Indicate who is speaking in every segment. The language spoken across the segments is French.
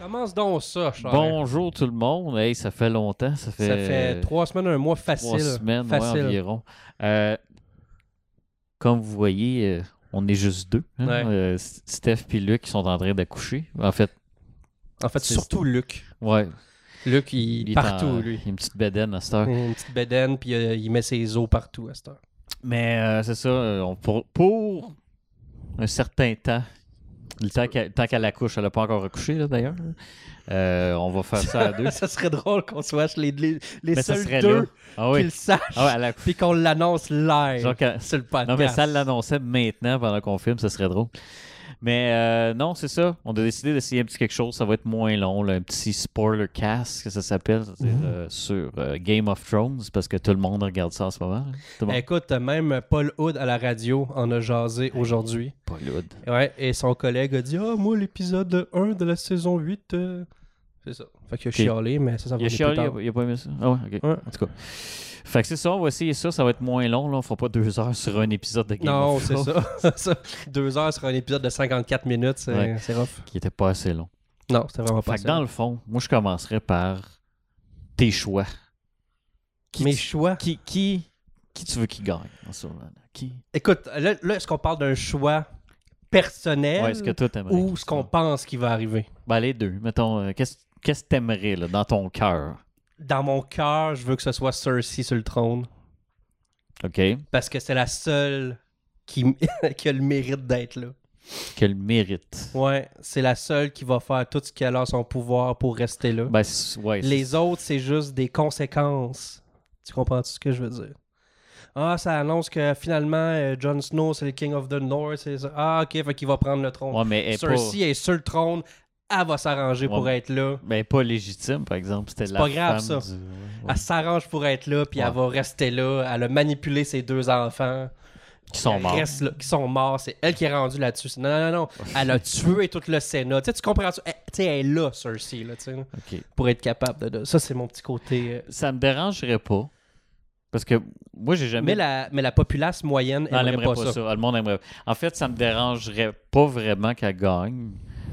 Speaker 1: Commence donc ça, cher.
Speaker 2: Bonjour tout le monde. Hey, ça fait longtemps. Ça fait,
Speaker 1: ça fait trois semaines, un mois facile.
Speaker 2: trois semaines ouais,
Speaker 1: facile.
Speaker 2: environ. Euh, comme vous voyez, euh, on est juste deux. hein.
Speaker 1: Ouais.
Speaker 2: Euh, S- Steph et Luc qui sont en train d'accoucher. En fait,
Speaker 1: En fait,
Speaker 2: C'est-
Speaker 1: surtout Luc.
Speaker 2: ouais.
Speaker 1: Luc, il,
Speaker 2: est
Speaker 1: partout,
Speaker 2: en-
Speaker 1: lui.
Speaker 2: il a Une petite bédaine à cette heure.
Speaker 1: Une petite bédaine, puis euh, il met ses os partout à cette heure.
Speaker 2: Mais euh, c'est ça, euh, on- pour, pour un certain temps, le temps qu'elle tant qu'elle accouche, elle n'a pas encore accouché là, d'ailleurs, euh, on va faire ça à deux.
Speaker 1: ça serait drôle qu'on soit les, les, les
Speaker 2: mais ça
Speaker 1: seuls
Speaker 2: serait
Speaker 1: deux
Speaker 2: là. Ah
Speaker 1: qui
Speaker 2: oui,
Speaker 1: le sachent,
Speaker 2: ah, ouais, elle a accouché.
Speaker 1: puis qu'on l'annonce live
Speaker 2: Genre qu'elle-
Speaker 1: sur le podcast.
Speaker 2: Ah, Non, mais ça l'annonçait maintenant pendant qu'on filme, ça serait drôle. Mais euh, non, c'est ça. On a décidé d'essayer un petit quelque chose. Ça va être moins long. là, un petit spoiler cast, que ça s'appelle, c'est,
Speaker 1: Mm-hmm.
Speaker 2: euh, sur euh, Game of Thrones, parce que tout le monde regarde ça en ce moment. là. Tout le monde.
Speaker 1: Ben, Écoute, même Paul Hood à la radio en a jasé aujourd'hui.
Speaker 2: Pas lourd.
Speaker 1: Ouais, et son collègue a dit Ah, moi, l'épisode 1 de la saison 8. euh, C'est ça. Fait qu'il a chialé, mais ça, ça va
Speaker 2: Il
Speaker 1: venir
Speaker 2: a
Speaker 1: plus
Speaker 2: chialé,
Speaker 1: tard.
Speaker 2: il a- il a pas aimé ça. Ah ouais, ok.
Speaker 1: Ouais.
Speaker 2: En tout cas. Fait que c'est ça, on va essayer ça. Ça va être moins long. Là. On fera pas deux heures sur un épisode de Game
Speaker 1: Non,
Speaker 2: of
Speaker 1: c'est
Speaker 2: Thrones
Speaker 1: ça. Ça, Deux heures sur un épisode de 54 minutes, c'est
Speaker 2: Ouais.
Speaker 1: c'est rough.
Speaker 2: qui était pas assez long.
Speaker 1: Non, c'était vraiment pas
Speaker 2: Fait que
Speaker 1: ça.
Speaker 2: dans le fond, moi, je commencerai par tes choix. Qui
Speaker 1: Mes
Speaker 2: tu-
Speaker 1: choix.
Speaker 2: qui, qui, qui tu veux qui gagne en ce moment? là? Qui?
Speaker 1: Écoute, là, là, est-ce qu'on parle d'un choix
Speaker 2: Ouais,
Speaker 1: personnel
Speaker 2: est-ce que toi, t'aimerais?
Speaker 1: ou ce qu'on pense qui va arriver
Speaker 2: Ben, les deux. Mettons, euh, qu'est-ce qu'est-ce que t'aimerais là, dans ton cœur?
Speaker 1: Dans mon cœur, je veux que ce soit Cersei sur le trône
Speaker 2: OK?
Speaker 1: parce que c'est la seule qui, m- qui a le mérite d'être là.
Speaker 2: Quel mérite?
Speaker 1: Ouais, c'est la seule qui va faire tout ce qu'elle a en son pouvoir pour rester là.
Speaker 2: Ben, c'est- ouais. c'est-
Speaker 1: Les autres, c'est juste des conséquences. Tu comprends ce que je veux dire? Ah, ça annonce que finalement, euh, Jon Snow, c'est le King of the North. c'est ça. Ah, ok, fait qu'il va prendre le trône.
Speaker 2: Ouais, mais elle est pas-
Speaker 1: Cersei est sur le trône. Elle va s'arranger
Speaker 2: Ouais,
Speaker 1: pour
Speaker 2: mais-
Speaker 1: être là.
Speaker 2: ben, elle est pas légitime, par exemple. C'était
Speaker 1: C'est
Speaker 2: la
Speaker 1: pas grave,
Speaker 2: femme
Speaker 1: ça.
Speaker 2: du- ouais, ouais.
Speaker 1: Elle s'arrange pour être là, puis
Speaker 2: Ouais.
Speaker 1: elle va rester là. Elle a manipulé ses deux enfants.
Speaker 2: Qui sont
Speaker 1: Elle
Speaker 2: morts.
Speaker 1: reste là, qui sont morts. C'est elle qui est rendue là-dessus. C'est- Non, non, non. Elle a tué tout le Sénat. Tu sais, tu comprends? ça? Elle, tu sais, elle est là, Cersei, là, tu sais,
Speaker 2: OK.
Speaker 1: pour être capable de... de- Ça, c'est mon petit côté... euh,
Speaker 2: Ça me dérangerait pas. Parce que moi, j'ai jamais.
Speaker 1: Mais la, mais la populace moyenne
Speaker 2: Non, elle
Speaker 1: n'aimerait pas, ça.
Speaker 2: Le monde aimerait. En fait, ça me dérangerait pas vraiment qu'elle gagne.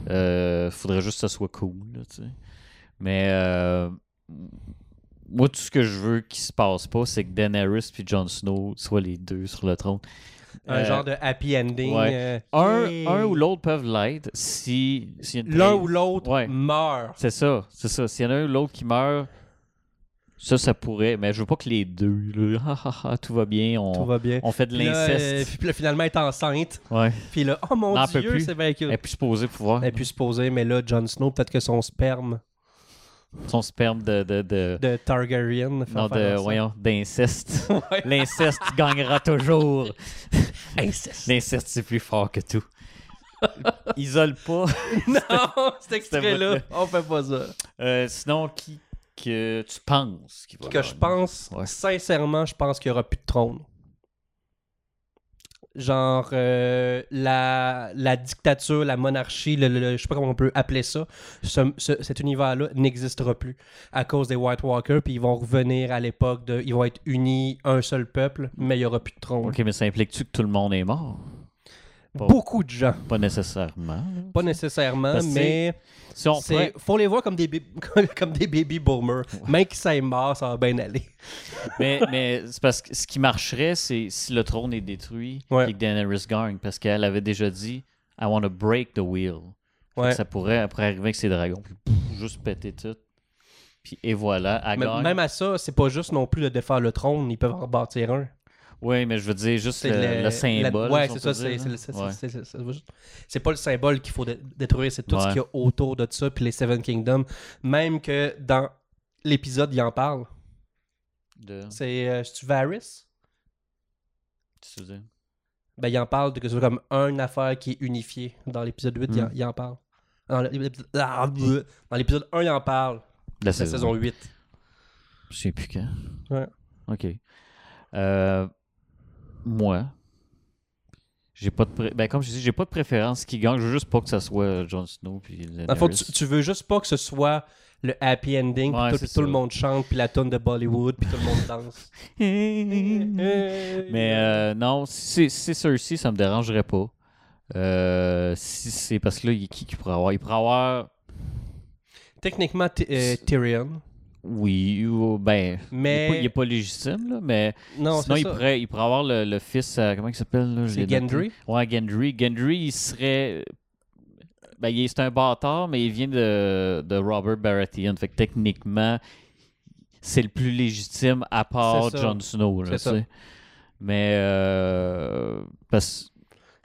Speaker 2: Euh, faudrait juste que ça soit cool, là, tu sais. Mais euh, moi, tout ce que je veux qui se passe pas, c'est que Daenerys puis Jon Snow soient les deux sur le trône.
Speaker 1: Un
Speaker 2: Euh,
Speaker 1: genre de happy ending.
Speaker 2: ouais.
Speaker 1: euh,
Speaker 2: Un,
Speaker 1: hey.
Speaker 2: un ou l'autre peuvent l'être si s'il y a une
Speaker 1: L'un
Speaker 2: prise.
Speaker 1: ou l'autre
Speaker 2: Ouais.
Speaker 1: meurt.
Speaker 2: C'est ça, c'est ça. S'il y en a un ou l'autre qui meurt, ça, ça pourrait. Mais je veux pas que les deux, là, ah, ah, ah, tout va bien, on,
Speaker 1: Tout va bien.
Speaker 2: on fait de
Speaker 1: Puis là, euh,
Speaker 2: l'inceste.
Speaker 1: puis là, finalement, elle est enceinte.
Speaker 2: Ouais.
Speaker 1: Puis là, oh mon
Speaker 2: Non, elle peut
Speaker 1: Dieu,
Speaker 2: plus.
Speaker 1: c'est bien
Speaker 2: Elle
Speaker 1: cute.
Speaker 2: est plus supposée pouvoir.
Speaker 1: Elle a pu se poser, mais là, Jon Snow, peut-être que son sperme
Speaker 2: son sperme de, de, de,
Speaker 1: de Targaryen. fait faire
Speaker 2: non, de
Speaker 1: ça.
Speaker 2: voyons, d'inceste.
Speaker 1: Ouais.
Speaker 2: L'inceste gagnera toujours.
Speaker 1: Inceste.
Speaker 2: L'inceste, c'est plus fort que tout. Isole pas.
Speaker 1: Non, cet extrait-là,
Speaker 2: bout-là.
Speaker 1: on fait pas ça.
Speaker 2: Euh, sinon, qui que tu penses qui va
Speaker 1: que je
Speaker 2: gagner?
Speaker 1: pense,
Speaker 2: Ouais.
Speaker 1: sincèrement, je pense qu'il n'y aura plus de trône. Genre, euh, la, la dictature, la monarchie, le, le- le- je sais pas comment on peut appeler ça, ce- ce- cet univers-là n'existera plus à cause des White Walkers, puis ils vont revenir à l'époque de. Ils vont être unis, un seul peuple, mais il n'y aura plus de trône.
Speaker 2: Ok, mais ça implique-tu que tout le monde est mort?
Speaker 1: Beaucoup de gens,
Speaker 2: Pas nécessairement.
Speaker 1: pas nécessairement,
Speaker 2: Parce que
Speaker 1: mais
Speaker 2: Si on
Speaker 1: c'est-
Speaker 2: prend-
Speaker 1: faut les voir comme des, bébés comme des baby boomers. Même qu'ils soient morts, ça va bien aller.
Speaker 2: Mais, mais c'est parce que ce qui marcherait, c'est si le trône est détruit
Speaker 1: Ouais.
Speaker 2: et que Daenerys gagne, parce qu'elle avait déjà dit I want to break the wheel. Fait que
Speaker 1: Ouais.
Speaker 2: Ça pourrait après arriver avec ses dragons, puis pff, juste péter tout. Puis et voilà, elle
Speaker 1: Mais
Speaker 2: gagne.
Speaker 1: même à ça, c'est pas juste non plus de défaire le trône, ils peuvent en bâtir un.
Speaker 2: Oui, mais je veux dire juste
Speaker 1: C'est
Speaker 2: le,
Speaker 1: le-
Speaker 2: le
Speaker 1: la-
Speaker 2: symbole.
Speaker 1: ouais,
Speaker 2: si on
Speaker 1: c'est
Speaker 2: peut
Speaker 1: ça. C'est
Speaker 2: dire,
Speaker 1: c'est-
Speaker 2: là.
Speaker 1: c'est-
Speaker 2: Ouais.
Speaker 1: c'est- c'est- c'est- c'est pas le symbole qu'il faut dé- détruire, c'est tout ce
Speaker 2: Ouais.
Speaker 1: qu'il y a autour de ça, puis les Seven Kingdoms. Même que dans l'épisode, il en parle.
Speaker 2: De-
Speaker 1: C'est euh, c'est-tu Varys
Speaker 2: qu'est-ce que tu veux dire?
Speaker 1: ben, Il en parle de que c'est comme une affaire qui est unifiée. Dans l'épisode 8, il, en,
Speaker 2: Hmm.
Speaker 1: il en parle. Dans l'épisode ah, bleu. Dans l'épisode 1, il en parle.
Speaker 2: De La
Speaker 1: C'est la saison 8.
Speaker 2: Je sais plus quand.
Speaker 1: Ouais.
Speaker 2: OK. Euh, moi, j'ai pas de pré- ben, comme je dis, j'ai pas de préférence qui gagne. Je veux juste pas que ça soit euh, Jon Snow puis
Speaker 1: Dans le fond,
Speaker 2: Daenerys.
Speaker 1: tu, tu veux juste pas que ce soit le happy ending, puis
Speaker 2: Ouais,
Speaker 1: tout-
Speaker 2: c'est
Speaker 1: puis tout le
Speaker 2: ça.
Speaker 1: monde chante, puis la tonne de Bollywood, puis tout le monde danse.
Speaker 2: Mais euh, non, si c'est- si c'est Cersei, ça me dérangerait pas. Euh, si c'est parce que là, il y a qui qui pourrait avoir Il pourrait avoir
Speaker 1: Techniquement, Ty- euh,
Speaker 2: C'est-
Speaker 1: Tyrion.
Speaker 2: Oui, ou- ben. Il
Speaker 1: Mais.
Speaker 2: n'est pas, légitime, là, mais
Speaker 1: Non,
Speaker 2: sinon,
Speaker 1: c'est
Speaker 2: il
Speaker 1: ça.
Speaker 2: pourrait, il pourrait avoir le, le fils. euh, comment il s'appelle là, je
Speaker 1: C'est
Speaker 2: l'ai noté.
Speaker 1: Gendry.
Speaker 2: Ouais, Gendry. Gendry, il serait. Ben, il est c'est un bâtard, mais il vient de, de Robert Baratheon. Fait que techniquement, c'est le plus légitime à part
Speaker 1: C'est ça.
Speaker 2: Jon Snow. Là,
Speaker 1: C'est ça.
Speaker 2: tu sais. Mais. euh, parce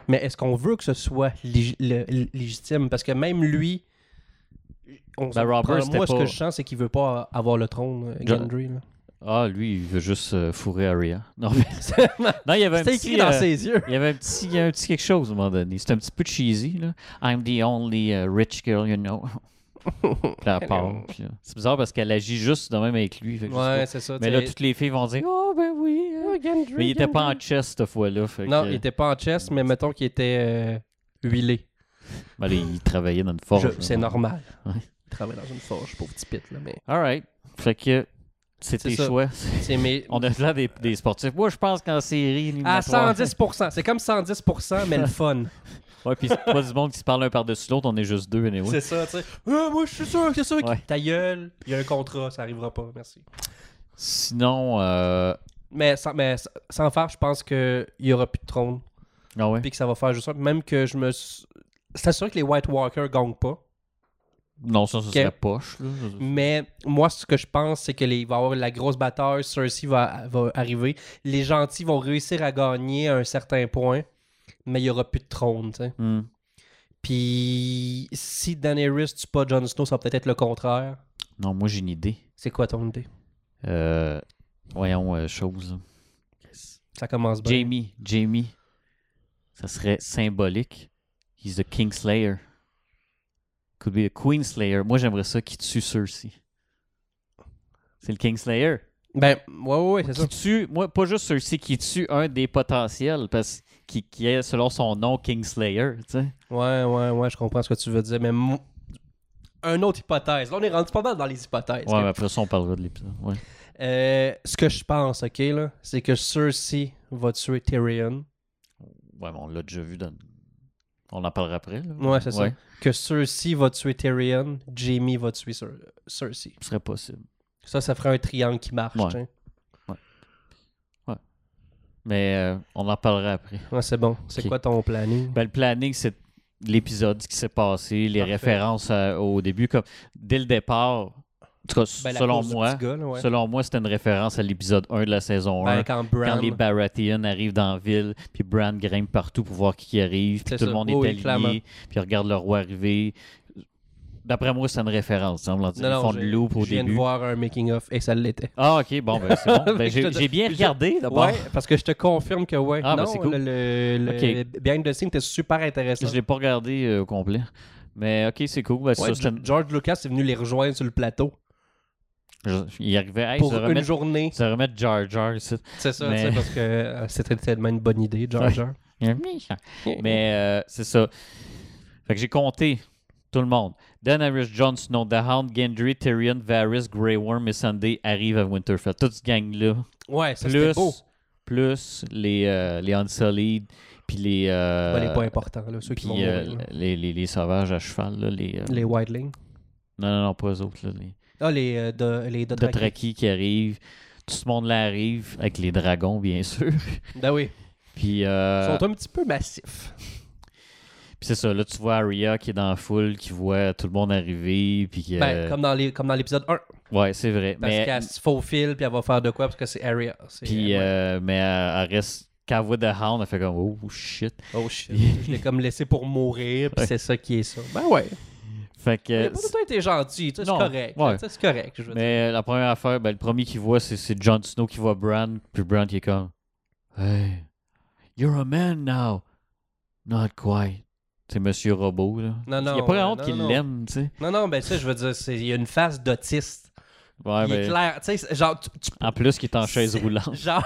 Speaker 1: Mais est-ce qu'on veut que ce soit lég- le- le- légitime? Parce que même lui. On s'en
Speaker 2: Ben, Robert,
Speaker 1: prend-
Speaker 2: c'était
Speaker 1: moi, ce
Speaker 2: pas-
Speaker 1: que je sens, c'est qu'il veut pas avoir le trône, euh,
Speaker 2: Je-
Speaker 1: Gendry. là.
Speaker 2: Ah, lui, il veut juste euh, fourrer Arya. Non, mais- non, il y avait un
Speaker 1: C'était
Speaker 2: petit.
Speaker 1: écrit dans
Speaker 2: euh,
Speaker 1: ses yeux.
Speaker 2: Il y avait un petit, il y a un petit quelque chose à un moment donné. C'était un petit peu cheesy, là. I'm the only uh, rich girl you know. Puis elle part, puis, euh, C'est bizarre parce qu'elle agit juste de même avec lui. fait que je sais
Speaker 1: Ouais,
Speaker 2: pas.
Speaker 1: c'est ça.
Speaker 2: mais là, toutes les filles vont dire Oh, ben oui. euh. Mais il était pas en euh. chest cette fois-là. fait
Speaker 1: Non,
Speaker 2: que-
Speaker 1: il était pas en chess, mais mettons qu'il était euh, huilé.
Speaker 2: Ben, là, il travaillait dans une
Speaker 1: Je-
Speaker 2: forge.
Speaker 1: C'est
Speaker 2: là.
Speaker 1: normal.
Speaker 2: Ouais.
Speaker 1: Il travaille dans une forge, pauvre petit pit, là, mais
Speaker 2: All right. Fait que c'est
Speaker 1: C'est
Speaker 2: tes
Speaker 1: ça.
Speaker 2: choix.
Speaker 1: c'est mes...
Speaker 2: On a là des, des sportifs. Moi, je pense qu'en série.
Speaker 1: À
Speaker 2: éliminatoire-
Speaker 1: 110%. C'est comme 110%, mais le fun.
Speaker 2: Ouais, puis c'est pas du monde qui se parle un par-dessus l'autre. On est juste deux, anyway.
Speaker 1: C'est ça, tu sais. Ah, moi, je suis sûr que c'est ça.
Speaker 2: Ouais.
Speaker 1: Ta gueule, il y a un contrat, ça arrivera pas, merci.
Speaker 2: Sinon. euh,
Speaker 1: Mais sans, mais sans- sans faire, je pense qu'il y aura plus de trône.
Speaker 2: Ah ouais.
Speaker 1: Puis que ça va faire juste ça. Même que je me. s- C'est sûr que les White Walkers gagnent pas.
Speaker 2: Non, ça, ça
Speaker 1: Ok.
Speaker 2: serait poche. là.
Speaker 1: Mais moi, ce que je pense, c'est que les, il va y avoir la grosse bataille. Cersei va, va arriver. Les gentils vont réussir à gagner à un certain point, mais il n'y aura plus de trône. tu sais.
Speaker 2: Hmm.
Speaker 1: Puis si Daenerys tue pas Jon Snow, ça va peut-être être le contraire.
Speaker 2: Non, moi, j'ai une idée.
Speaker 1: C'est quoi ton idée
Speaker 2: Euh, Voyons, euh, chose.
Speaker 1: Ça commence bien.
Speaker 2: Jamie, Jamie. Ça serait symbolique. He's the Kingslayer. Could be a Queenslayer. Moi, j'aimerais ça qu'il tue Cersei. C'est le Kingslayer.
Speaker 1: Ben, ouais, ouais, ouais, c'est ça.
Speaker 2: Qui tue, moi, pas juste Cersei, qui tue un des potentiels, parce qui, qui est, selon son nom, Kingslayer. tu sais.
Speaker 1: Ouais, ouais, ouais, je comprends ce que tu veux dire. Mais mon- un autre hypothèse. Là, on est rendu pas mal dans les hypothèses.
Speaker 2: Ouais, mais après ça, on parlera de l'épisode. Ouais.
Speaker 1: Euh, ce que je pense, ok, là, c'est que Cersei va tuer Tyrion.
Speaker 2: Ouais, mais on l'a déjà vu dans. On en parlera après. Là.
Speaker 1: Ouais, c'est ça.
Speaker 2: Ouais.
Speaker 1: Que Cersei va tuer Tyrion, Jamie va tuer Cer- Cersei.
Speaker 2: Ce serait possible.
Speaker 1: Ça, ça ferait un triangle qui marche.
Speaker 2: Ouais.
Speaker 1: tiens.
Speaker 2: Mais euh, on en parlera après.
Speaker 1: Ouais, c'est bon. C'est
Speaker 2: Ok.
Speaker 1: quoi ton planning?
Speaker 2: Ben, le planning, c'est l'épisode ce qui s'est passé, les
Speaker 1: Parfait.
Speaker 2: références à- au début. Comme, dès le départ, en tout cas,
Speaker 1: Ben, la
Speaker 2: selon
Speaker 1: cause du
Speaker 2: moi,
Speaker 1: petit gars, là, ouais.
Speaker 2: selon moi, c'était une référence à l'épisode 1 de la saison 1.
Speaker 1: Ben, quand Bran.
Speaker 2: Quand les Baratheon arrivent dans la ville, puis Bran grimpe partout pour voir qui qui arrive, puis
Speaker 1: C'est
Speaker 2: tout
Speaker 1: ça.
Speaker 2: le monde
Speaker 1: Oui, oui,
Speaker 2: est
Speaker 1: clairement.
Speaker 2: allié, puis regarde le roi arriver. D'après moi, c'est une référence. hein, on l'a dit,
Speaker 1: Non,
Speaker 2: ils
Speaker 1: non,
Speaker 2: font de
Speaker 1: j'ai-
Speaker 2: loup au
Speaker 1: je viens de
Speaker 2: début.
Speaker 1: voir un making-of et ça l'était.
Speaker 2: Ah, ok, bon, ben, c'est bon. Ben,
Speaker 1: Je
Speaker 2: j'ai
Speaker 1: te-
Speaker 2: j'ai bien
Speaker 1: je-
Speaker 2: regardé d'abord.
Speaker 1: Ouais, parce que je te confirme que ouais.
Speaker 2: Ah, ben,
Speaker 1: non,
Speaker 2: c'est cool.
Speaker 1: le, le, le behind the scenes était super intéressant.
Speaker 2: Je l'ai pas regardé euh, au complet. Mais ok, c'est cool. Ben, c'est
Speaker 1: Ouais,
Speaker 2: ça, c'est une-
Speaker 1: George Lucas est venu les rejoindre sur le plateau
Speaker 2: Je- Il arrivait hey,
Speaker 1: pour
Speaker 2: se
Speaker 1: une
Speaker 2: remettre,
Speaker 1: journée.
Speaker 2: se remettre Jar Jar. ici.
Speaker 1: C'est ça,
Speaker 2: Mais-
Speaker 1: tu sais, parce que euh, c'était tellement une bonne idée, George.
Speaker 2: Ouais.
Speaker 1: Jar.
Speaker 2: Mais euh, c'est ça. Fait que j'ai compté tout le monde. Daenerys, Jon Snow, The Hound, Gendry, Tyrion, Varys, Grey Worm et Sunday arrivent à Winterfell. Toute cette gang-là.
Speaker 1: Ouais, ça c'était
Speaker 2: Plus,
Speaker 1: beau.
Speaker 2: plus les, euh, les Unsullied, puis les... euh,
Speaker 1: Ouais, les pas importants, là, ceux qui
Speaker 2: puis,
Speaker 1: vont
Speaker 2: euh,
Speaker 1: mourir, là.
Speaker 2: les, les- les sauvages à cheval, là, les, euh,
Speaker 1: Les Wildlings.
Speaker 2: Non, non, non, pas eux autres. Là, les
Speaker 1: Ah, les, euh, de, les Dothraki.
Speaker 2: Dothraki qui arrivent. Tout ce monde-là arrive, avec les dragons, bien sûr.
Speaker 1: Ben oui.
Speaker 2: Puis,
Speaker 1: Ils
Speaker 2: euh,
Speaker 1: sont un petit peu massifs.
Speaker 2: Puis c'est ça, là, tu vois Arya qui est dans la foule, qui voit tout le monde arriver, puis que-
Speaker 1: Ben, comme dans les- comme dans l'épisode 1.
Speaker 2: Ouais, c'est vrai.
Speaker 1: Parce
Speaker 2: mais
Speaker 1: qu'elle se faufile, puis elle va faire de quoi, parce que c'est Arya. C'est-
Speaker 2: puis,
Speaker 1: ouais.
Speaker 2: euh, mais elle, elle reste... Quand elle voit The Hound, elle fait comme « Oh, shit!
Speaker 1: Oh shit. je l'ai comme laissé pour mourir, puis
Speaker 2: Ouais.
Speaker 1: c'est ça qui est ça. Ben ouais. »
Speaker 2: Fait
Speaker 1: Il a
Speaker 2: que...
Speaker 1: pas tout le temps été gentil, tu sais, c'est
Speaker 2: Non,
Speaker 1: correct.
Speaker 2: ouais.
Speaker 1: tu sais, C'est correct, je veux dire.
Speaker 2: Mais la première affaire, ben, le premier qu'il voit, c'est, c'est Jon Snow qui voit Bran, puis Bran qui est comme « Hey, you're a man now! Not quite. » C'est Monsieur Robot, là.
Speaker 1: Non, non,
Speaker 2: Il n'y a pas
Speaker 1: ouais,
Speaker 2: honte
Speaker 1: non,
Speaker 2: qu'il
Speaker 1: non.
Speaker 2: l'aime, tu sais.
Speaker 1: Non, non, ben tu sais, je veux dire, c'est- il y a une face d'autiste.
Speaker 2: Ouais,
Speaker 1: il est
Speaker 2: ben,
Speaker 1: clair, tu sais, c'est- genre, tu, tu-
Speaker 2: En plus qu'il est en chaise
Speaker 1: C'est-
Speaker 2: roulante.
Speaker 1: genre...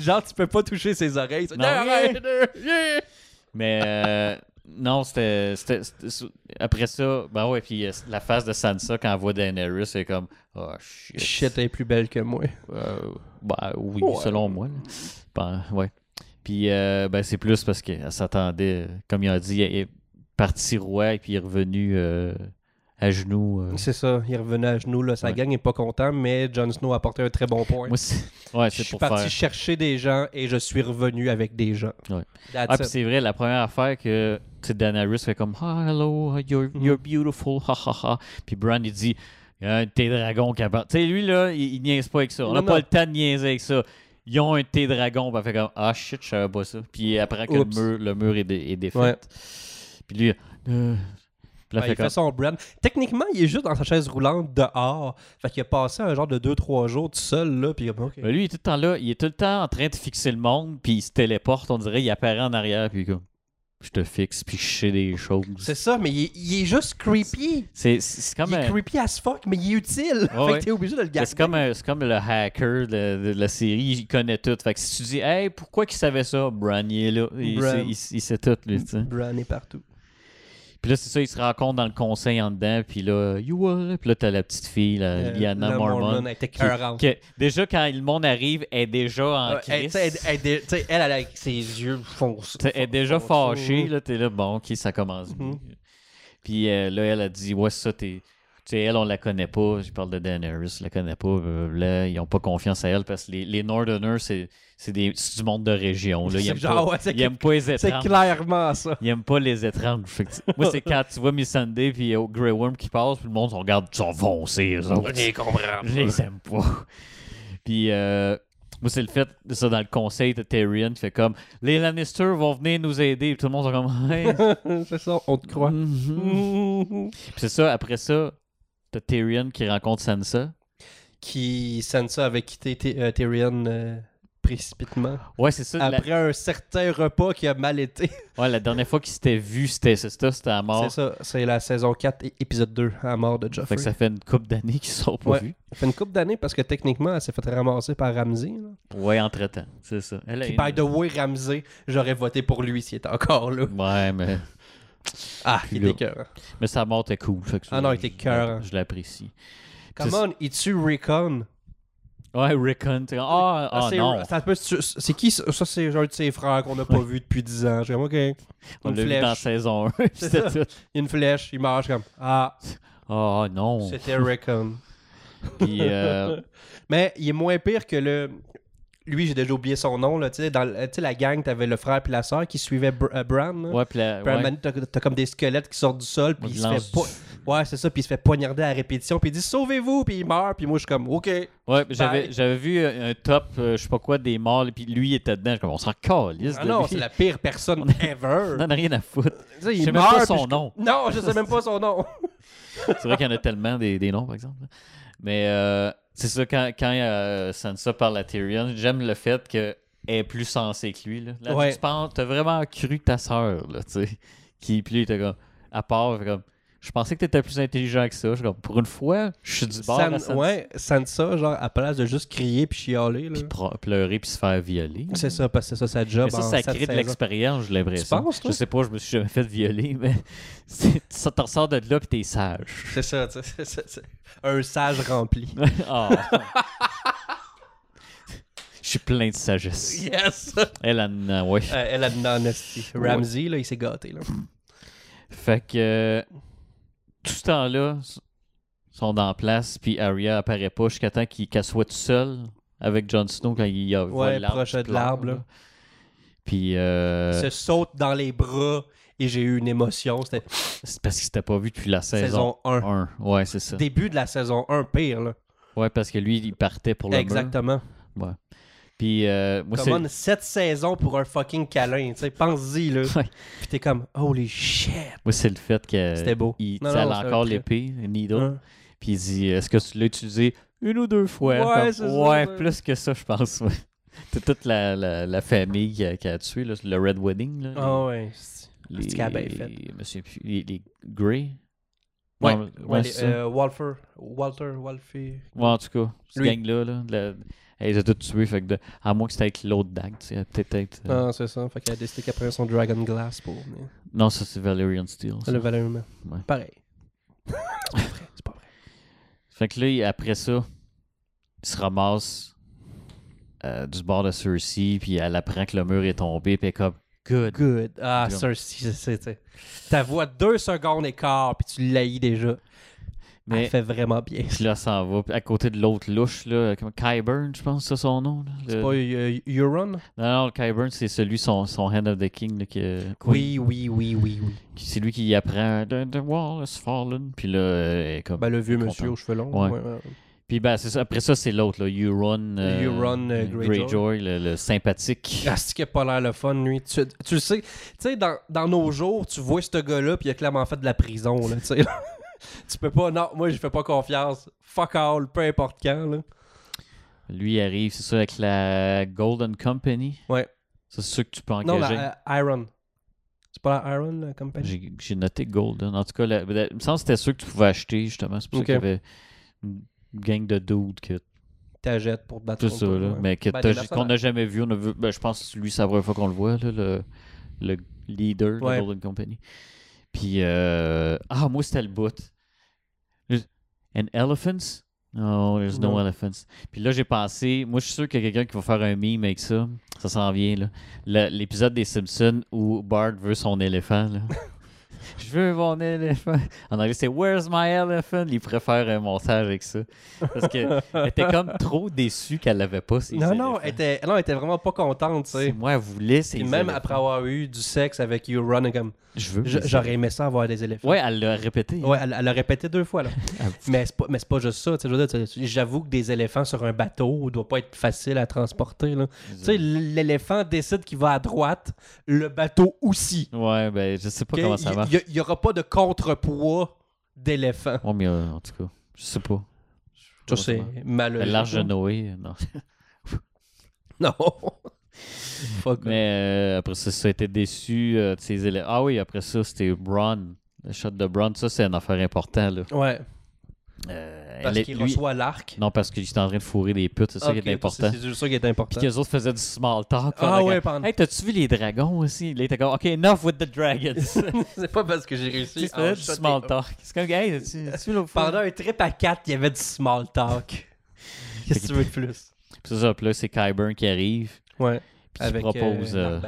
Speaker 1: genre, tu peux pas toucher ses oreilles. c'est-
Speaker 2: Non,
Speaker 1: Arrête!
Speaker 2: Mais euh, non, c'était, c'était- c'était- sou- Après ça, ben ouais, puis euh, la face de Sansa quand elle voit Daenerys, c'est comme Oh shit.
Speaker 1: Shit, elle est plus belle que moi.
Speaker 2: Euh, ben oui,
Speaker 1: Ouais.
Speaker 2: selon moi. là. Ben, ouais. Puis euh, ben c'est plus parce qu'elle s'attendait, euh, comme il a dit, elle est parti roi et puis il est revenu euh, à genoux. euh.
Speaker 1: C'est ça, il revenait à genoux, là, sa
Speaker 2: Ouais.
Speaker 1: gang n'est pas content, mais Jon Snow a apporté un très bon point.
Speaker 2: Moi, c'est ouais,
Speaker 1: je
Speaker 2: c'est
Speaker 1: suis
Speaker 2: pour
Speaker 1: parti
Speaker 2: faire.
Speaker 1: chercher des gens et je suis revenu avec des gens.
Speaker 2: Ouais.
Speaker 1: That's
Speaker 2: Ah, puis
Speaker 1: it.
Speaker 2: c'est vrai, la première affaire que tu sais, Daenerys fait comme Ah, Hello, you're,
Speaker 1: Mm.
Speaker 2: you're beautiful, ha ha ha. Puis Bran, il dit Il y a un thé dragon qui apparaît. Tu sais, lui, là, il, il niaise pas avec ça. On n'a
Speaker 1: Non,
Speaker 2: pas
Speaker 1: non.
Speaker 2: le temps de niaiser avec ça. Ils ont un thé dragon. Puis elle fait comme Ah shit, je savais pas ça. Puis il apprend que le
Speaker 1: Oups.
Speaker 2: mur, le mur est, dé- est défait.
Speaker 1: Ouais.
Speaker 2: Puis lui, Euh. Puis là,
Speaker 1: Ouais,
Speaker 2: fait
Speaker 1: Ah, il
Speaker 2: comme
Speaker 1: fait son brand. Techniquement, il est juste dans sa chaise roulante dehors. Fait qu'il a passé un genre de 2-3 jours tout seul, là, puis il a- OK.
Speaker 2: Ben, lui, il est tout le temps là, il est tout le temps en train de fixer le monde, puis il se téléporte, on dirait, il apparaît en arrière, puis comme, je te fixe, puis je sais des choses.
Speaker 1: C'est ça, mais il est, il est juste creepy.
Speaker 2: C'est c'est comme,
Speaker 1: Il est
Speaker 2: un-
Speaker 1: creepy as fuck, mais il est utile.
Speaker 2: Ouais,
Speaker 1: fait
Speaker 2: ouais.
Speaker 1: que t'es obligé de le garder.
Speaker 2: c'est comme, un- c'est comme le hacker de, de la série, il connaît tout. Fait que si tu dis, hey, pourquoi qu'il savait ça? Bran, il est là, il,
Speaker 1: Bran.
Speaker 2: sait, il sait- il sait tout, lui, tu sais.
Speaker 1: Bran est partout.
Speaker 2: Puis là, c'est ça, il se rencontre dans le conseil en dedans, puis là, you will, puis là, t'as la petite fille, la
Speaker 1: Euh,
Speaker 2: Liana
Speaker 1: la
Speaker 2: Mormon.
Speaker 1: elle était
Speaker 2: qui-
Speaker 1: écœurante.
Speaker 2: qui- déjà, quand le monde arrive, elle est déjà en
Speaker 1: Ouais, elle,
Speaker 2: crise.
Speaker 1: t'sais, elle- elle- elle- t'sais, elle, elle, avec ses yeux foncés.
Speaker 2: T'sais, elle est déjà
Speaker 1: fon-
Speaker 2: fâchée,
Speaker 1: fon-
Speaker 2: là, t'es là, bon, ok, ça commence. bien.
Speaker 1: Mhm.
Speaker 2: Puis euh, là, elle a dit, ouais, ça, t'es. Tu sais, elle, on la connaît pas. Je parle de Daenerys, on la connaît pas. blablabla. Ils ont pas confiance à elle parce que les, les Northerners, c'est c'est des- c'est du monde de région. Là. Ils
Speaker 1: C'est
Speaker 2: aiment
Speaker 1: genre,
Speaker 2: pas,
Speaker 1: ouais, c'est
Speaker 2: ils aiment pas les
Speaker 1: C'est
Speaker 2: étranges.
Speaker 1: clairement ça.
Speaker 2: Ils aiment pas les étranges. Fait que tu- Moi, c'est quand tu vois Miss Sunday puis au Grey Worm qui passe, puis le monde, on regarde, ils sont foncés, eux autres. Je les aime pas. Puis, euh, moi, c'est le fait, de ça, dans le conseil de Tyrion, qui fait comme les Lannister vont venir nous aider. Puis tout le monde est comme, Hey.
Speaker 1: c'est ça, on te croit.
Speaker 2: Mhm.
Speaker 1: Mhm.
Speaker 2: Puis c'est ça, après ça, t'as Tyrion qui rencontre Sansa.
Speaker 1: Qui Sansa avait quitté Ty- euh, Tyrion euh, précipitement.
Speaker 2: Ouais, c'est ça.
Speaker 1: Après un certain repas qui a mal été.
Speaker 2: La, ouais, la dernière fois qu'ils s'étaient vus, c'était c'est ça, c'était à mort.
Speaker 1: C'est ça, c'est la saison 4, é- épisode 2, à la mort de
Speaker 2: Fait
Speaker 1: Joffrey.
Speaker 2: que
Speaker 1: Ça
Speaker 2: ça fait une couple d'années qu'ils se sont pas
Speaker 1: Ouais.
Speaker 2: vus.
Speaker 1: fait une couple d'années parce que techniquement, elle s'est fait ramasser par Ramsey. là.
Speaker 2: Ouais, entre-temps. C'est ça. Elle a
Speaker 1: Qui,
Speaker 2: une-
Speaker 1: by the way, Ramsey, j'aurais voté pour lui s'il était encore là.
Speaker 2: Ouais, mais,
Speaker 1: Ah, il
Speaker 2: là.
Speaker 1: était cœur.
Speaker 2: mais sa mort était cool. Fait que ça,
Speaker 1: Ah non, il
Speaker 2: je-
Speaker 1: était cœur.
Speaker 2: Je l'apprécie.
Speaker 1: Come on, il tue Recon.
Speaker 2: Ouais, Rickon. t'es- Ah,
Speaker 1: Ah,
Speaker 2: ah,
Speaker 1: c'est-
Speaker 2: non.
Speaker 1: c'est un peu- c'est c'est qui ça? Ça, c'est un de ses frères qu'on n'a pas vu depuis 10 ans. Je suis comme, OK.
Speaker 2: On
Speaker 1: Une
Speaker 2: l'a vu dans
Speaker 1: flèche.
Speaker 2: saison 1. puis
Speaker 1: C'est
Speaker 2: c'était
Speaker 1: ça.
Speaker 2: tout.
Speaker 1: Une flèche, il marche comme, ah,
Speaker 2: Ah non.
Speaker 1: c'était Recon.
Speaker 2: Puis, euh,
Speaker 1: Mais il est moins pire que le. Lui, j'ai déjà oublié son nom. Là, tu sais, dans le- tu sais, la gang, t'avais le frère puis la sœur qui suivaient Br- euh, Bran. là.
Speaker 2: ouais, puis la-
Speaker 1: Puis à un moment
Speaker 2: ouais.
Speaker 1: donné, t'as t'as comme des squelettes qui sortent du sol, puis il se
Speaker 2: lance
Speaker 1: fait po- Ouais, c'est ça, puis il se fait poignarder à répétition, puis il dit sauvez-vous, puis il meurt, puis moi je suis comme OK.
Speaker 2: Ouais, mais j'avais
Speaker 1: Bye.
Speaker 2: j'avais vu euh, un top, euh, je sais pas quoi, des morts, et puis lui il était dedans. Je suis comme, on s'en calisse.
Speaker 1: Ah
Speaker 2: de
Speaker 1: non,
Speaker 2: lui.
Speaker 1: c'est la pire personne
Speaker 2: On
Speaker 1: ever.
Speaker 2: en a rien à foutre.
Speaker 1: Tu sais,
Speaker 2: Je sais
Speaker 1: il
Speaker 2: même pas
Speaker 1: meurt. puis
Speaker 2: son
Speaker 1: je-
Speaker 2: nom.
Speaker 1: Non, je sais même pas son nom.
Speaker 2: C'est vrai qu'il y en a tellement des, des noms, par exemple. Mais euh, c'est ça, quand, quand euh, Sansa parle à Tyrion, j'aime le fait qu'elle est plus sensée que lui. Là, là
Speaker 1: Ouais.
Speaker 2: tu penses, t'as vraiment cru ta sœur, là, tu sais. Qui, puis lui, il était comme, à part, fait comme, je pensais que t'étais plus intelligent que ça. Je suis comme, pour une fois, je suis du bord à
Speaker 1: San...
Speaker 2: Sansa.
Speaker 1: Ouais, Sansa, genre, à place de juste crier puis chialer. Là.
Speaker 2: Puis pro- pleurer, puis se faire violer.
Speaker 1: Mm. C'est ça, parce que c'est ça sa job.
Speaker 2: Mais ça,
Speaker 1: en
Speaker 2: ça
Speaker 1: sept
Speaker 2: crée de
Speaker 1: saisons.
Speaker 2: l'expérience, j'ai l'impression.
Speaker 1: Tu penses, toi?
Speaker 2: Je sais pas, je me suis jamais fait violer, mais c'est- ça t'en ressort de là puis t'es sage.
Speaker 1: C'est ça, tu sais, c'est- c'est c'est un sage rempli.
Speaker 2: Ah. Je suis plein de sagesse.
Speaker 1: yes!
Speaker 2: Elle en a, ouais.
Speaker 1: Euh, elle a de l'honesty.
Speaker 2: Ouais.
Speaker 1: Ramsey, là, il s'est gâté. Là.
Speaker 2: Fait que euh, tout ce temps-là, s- sont en place, puis Arya apparaît pas jusqu'à temps qu'il- qu'elle soit toute seule avec Jon Snow quand il y a voit
Speaker 1: Ouais,
Speaker 2: l'arbre
Speaker 1: proche
Speaker 2: qui
Speaker 1: de
Speaker 2: pleure,
Speaker 1: l'arbre, là.
Speaker 2: Puis euh,
Speaker 1: Il se saute dans les bras et j'ai eu une émotion. C'était
Speaker 2: c'est parce qu'il s'était pas vu depuis la saison,
Speaker 1: saison 1.
Speaker 2: 1. Ouais, c'est ça.
Speaker 1: Début de la saison 1, pire. Là.
Speaker 2: Ouais, parce que lui, il partait pour le mur.
Speaker 1: Exactement.
Speaker 2: Puis euh, moi, c'est...
Speaker 1: Comme on, 7 saisons pour un fucking câlin. tu sais, Pense-y. là.
Speaker 2: Ouais.
Speaker 1: Puis t'es comme, holy shit.
Speaker 2: Moi, c'est le fait que.
Speaker 1: C'était beau.
Speaker 2: Il
Speaker 1: Non,
Speaker 2: tient
Speaker 1: non, c'est
Speaker 2: encore
Speaker 1: un très-
Speaker 2: l'épée, le needle.
Speaker 1: Hein?
Speaker 2: Puis il dit euh, Est-ce que tu l'as utilisé une ou deux fois
Speaker 1: Ouais,
Speaker 2: Comme,
Speaker 1: c'est ça,
Speaker 2: ouais,
Speaker 1: ouais.
Speaker 2: plus que ça, je pense. ouais. C'est toute la, la, la famille qui a, qui a tué, là, le Red Wedding. Là,
Speaker 1: Ah ouais. c'est-
Speaker 2: les,
Speaker 1: c'est qu'elle a bien fait.
Speaker 2: les- monsieur- les, les Grey
Speaker 1: Ouais,
Speaker 2: Non,
Speaker 1: ouais, les-
Speaker 2: c'est ça.
Speaker 1: euh, Walter, Walter, Walfie.
Speaker 2: Ouais, en tout cas, cette
Speaker 1: lui.
Speaker 2: gang-là, là, de la- elle les a tous tués. Fait que de- À moins que c'était avec l'autre dague, tu sais, peut-être. euh,
Speaker 1: Ah, c'est ça. Fait qu'elle a décidé qu'elle prenait son Dragon Glass pour venir.
Speaker 2: Non, ça, c'est Valerian Steel. ça.
Speaker 1: Le Valère humain.
Speaker 2: Ouais.
Speaker 1: Pareil. c'est pas vrai. C'est pas vrai.
Speaker 2: Fait que là, il- après ça, il se ramasse euh, du bord de Cersei, puis elle apprend que le mur est tombé, puis elle est comme Good.
Speaker 1: Good. Ah,
Speaker 2: Good.
Speaker 1: Cersei, c'est- c'est- c'est- ta voix deux secondes et quart, puis tu l'haïs déjà. Mais...
Speaker 2: Mais-
Speaker 1: Elle fait vraiment bien.
Speaker 2: Puis là, ça en va. Puis à côté de l'autre louche, là, comment- Kyburn, je pense, c'est ça son nom. là.
Speaker 1: C'est
Speaker 2: Le-
Speaker 1: pas euh, Euron?
Speaker 2: Non, non, le Kyburn, c'est celui, son, son Hand of the King, là, qui, euh,
Speaker 1: Oui, oui, oui, oui, oui.
Speaker 2: qui- C'est lui qui apprend The, the wall is fallen. Puis là, euh, elle est comme.
Speaker 1: Ben, le vieux
Speaker 2: Content.
Speaker 1: monsieur aux cheveux longs.
Speaker 2: Ouais.
Speaker 1: ouais, ouais.
Speaker 2: Puis ben, c'est ça. Après ça, c'est l'autre, là, Euron. euh,
Speaker 1: Euron, euh, Greyjoy.
Speaker 2: le, le sympathique.
Speaker 1: Ah, c'est qu'il a pas l'air le fun, lui. Tu, tu le sais, tu sais, dans, dans nos jours, tu vois ce gars-là, puis il a clairement fait de la prison, là, tu sais. tu peux pas, non, moi, je fais pas confiance. Fuck all, peu importe quand, là.
Speaker 2: Lui il arrive, c'est ça, avec la Golden Company.
Speaker 1: Ouais.
Speaker 2: Ça, c'est sûr que tu peux
Speaker 1: Non,
Speaker 2: engager.
Speaker 1: la, euh, Iron. C'est pas la Iron, la compagnie?
Speaker 2: J'ai j'ai noté Golden. En tout cas, la- la- il me semble que c'était sûr que tu pouvais acheter, justement. C'est pour
Speaker 1: Ok.
Speaker 2: ça qu'il y avait une gang de dudes que
Speaker 1: T'ajettes pour te battre.
Speaker 2: tout
Speaker 1: contre
Speaker 2: ça,
Speaker 1: toi,
Speaker 2: là,
Speaker 1: ouais.
Speaker 2: mais que
Speaker 1: Ben,
Speaker 2: t'as-
Speaker 1: des
Speaker 2: qu'on n'a jamais vu. On a vu ben, je pense que lui, c'est la première fois qu'on le voit, là, le, le leader
Speaker 1: Ouais.
Speaker 2: de Golden Company. Puis, euh, ah, moi, c'était le bout. There's- And elephants? No, there's no
Speaker 1: Non.
Speaker 2: elephants. Puis là, j'ai pensé, moi, je suis sûr qu'il y a quelqu'un qui va faire un meme avec ça. Ça s'en vient, là. Le- L'épisode des Simpsons où Bart veut son éléphant, là. Je veux mon éléphant. En anglais, c'est Where's my elephant? Il préfère un montage avec ça. Parce que elle était comme trop déçue qu'elle l'avait pas. ces
Speaker 1: Non,
Speaker 2: éléphants.
Speaker 1: non, elle était, non, elle était vraiment pas contente, tu
Speaker 2: C'est
Speaker 1: sais.
Speaker 2: moi, elle voulait ces
Speaker 1: Puis même
Speaker 2: éléphants.
Speaker 1: après avoir eu du sexe avec Euron, elle est comme,
Speaker 2: Je veux.
Speaker 1: Je-
Speaker 2: des
Speaker 1: j'aurais aimé ça avoir des éléphants.
Speaker 2: éléphants. Ouais, elle l'a répété.
Speaker 1: Ouais, elle, elle a répété deux fois, là.
Speaker 2: Ah.
Speaker 1: mais c'est pas, mais c'est pas juste ça. tu sais, je veux dire, tu- J'avoue que des éléphants sur un bateau doit pas être facile à transporter. là. Tu sais,
Speaker 2: Mm.
Speaker 1: l'éléphant décide qu'il va à droite, le bateau aussi.
Speaker 2: Ouais, ben, je sais pas
Speaker 1: Ok?
Speaker 2: comment ça
Speaker 1: Il-
Speaker 2: marche.
Speaker 1: Il y, aura pas de contrepoids d'éléphant.
Speaker 2: Oh, mais euh, en tout cas, je sais pas. Je
Speaker 1: Ça,
Speaker 2: sais
Speaker 1: c'est
Speaker 2: pas comment ça marche.
Speaker 1: malheureux.
Speaker 2: Le large de Noé, euh, non.
Speaker 1: Non. Fuck.
Speaker 2: Mais euh, après ça, ça a été déçu euh, de ses éléphants. Ah oui, après ça, c'était Braun. Le shot de Braun, ça, c'est une affaire importante, là.
Speaker 1: Ouais,
Speaker 2: Euh,
Speaker 1: parce
Speaker 2: elle-
Speaker 1: qu'il
Speaker 2: lui-
Speaker 1: reçoit l'arc.
Speaker 2: Non, parce qu'il était en train de fourrer des putes, c'est ça
Speaker 1: Ok,
Speaker 2: qui est important.
Speaker 1: C'est c'est juste ça qui est important.
Speaker 2: Puis que les autres faisaient du small talk.
Speaker 1: Ah
Speaker 2: pendant
Speaker 1: ouais,
Speaker 2: que-
Speaker 1: pendant-
Speaker 2: Hey, t'as-tu vu les dragons aussi? Là, il était comme, OK, enough with the dragons. Tu sais,
Speaker 1: c'est pas parce que j'ai réussi
Speaker 2: ils faisaient du small talk. C'est comme, hey, t'as-tu t'as-tu vu l'autre fois?
Speaker 1: Pendant un trip à 4, il y avait du small talk. Qu'est-ce que tu veux de plus?
Speaker 2: Puis c'est ça, puis là, c'est Kyburn qui arrive.
Speaker 1: Ouais.
Speaker 2: Puis il propose euh,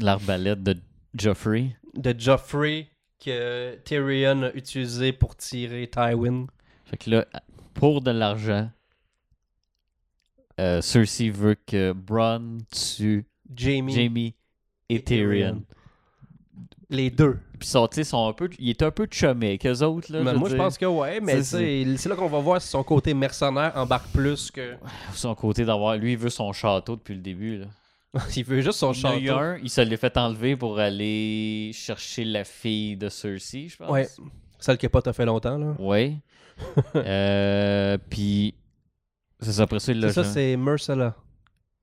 Speaker 2: l'arbalète de Joffrey.
Speaker 1: De Joffrey que Tyrion a utilisé pour tirer Tywin.
Speaker 2: Fait que là, pour de l'argent, euh, Cersei veut que Bronn tue
Speaker 1: Jamie.
Speaker 2: Jamie et Tyrion.
Speaker 1: Les deux.
Speaker 2: Puis sont, tu sais, sont un peu, il est un peu chumé qu'eux autres. Là,
Speaker 1: Mais moi, je pense que ouais, mais
Speaker 2: C'est-
Speaker 1: tu sais, il- c'est là qu'on va voir si son côté mercenaire embarque plus que.
Speaker 2: Son côté d'avoir. Lui, il veut son château depuis le début. Là.
Speaker 1: il veut juste son
Speaker 2: Il y en a eu
Speaker 1: château.
Speaker 2: un, il se l'est fait enlever pour aller chercher la fille de Cersei, je pense.
Speaker 1: Ouais. Celle qui n'a pas t'as fait longtemps, là.
Speaker 2: Ouais. Euh, puis, c'est ça, après ça, il l'a
Speaker 1: C'est ça,
Speaker 2: genre-
Speaker 1: c'est Mercella.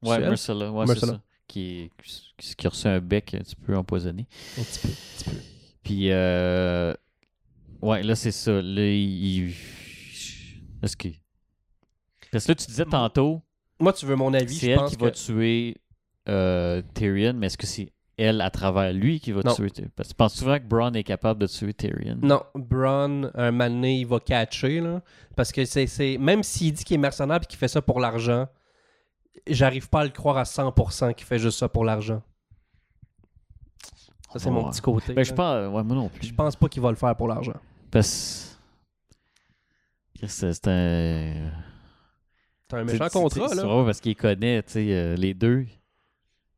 Speaker 2: Ouais,
Speaker 1: c'est elle?
Speaker 2: Ursula, ouais, c'est
Speaker 1: Ursula.
Speaker 2: ça. Qui, qui, qui a reçu un bec un petit peu empoisonné.
Speaker 1: Un petit peu. un petit peu.
Speaker 2: Puis, euh, ouais, là, c'est ça. Là, il. il- Est-ce que. Parce que là, tu disais tantôt,
Speaker 1: Moi, tu veux mon avis,
Speaker 2: c'est
Speaker 1: je
Speaker 2: elle
Speaker 1: pense
Speaker 2: qui
Speaker 1: que...
Speaker 2: va tuer euh, Tyrion, mais est-ce que c'est elle à travers lui qui va
Speaker 1: Non.
Speaker 2: tuer Tyrion? Parce que tu penses souvent que Bronn est capable de tuer Tyrion.
Speaker 1: Non, Braun, un mané, il va catcher, là. Parce que c'est. c'est- Même s'il dit qu'il est mercenaire et qu'il fait ça pour l'argent, j'arrive pas à le croire à 100% qu'il fait juste ça pour l'argent. Ça, c'est
Speaker 2: Ouais.
Speaker 1: mon petit côté.
Speaker 2: Ben, je
Speaker 1: là.
Speaker 2: pense. Ouais, moi non plus.
Speaker 1: Je pense pas qu'il va le faire pour l'argent.
Speaker 2: Parce. Chris, C'est c'est un.
Speaker 1: C'est un
Speaker 2: C'est-
Speaker 1: méchant
Speaker 2: c'est-
Speaker 1: contrat,
Speaker 2: c'est-
Speaker 1: là.
Speaker 2: C'est vrai parce qu'il connaît, tu sais, euh, les deux.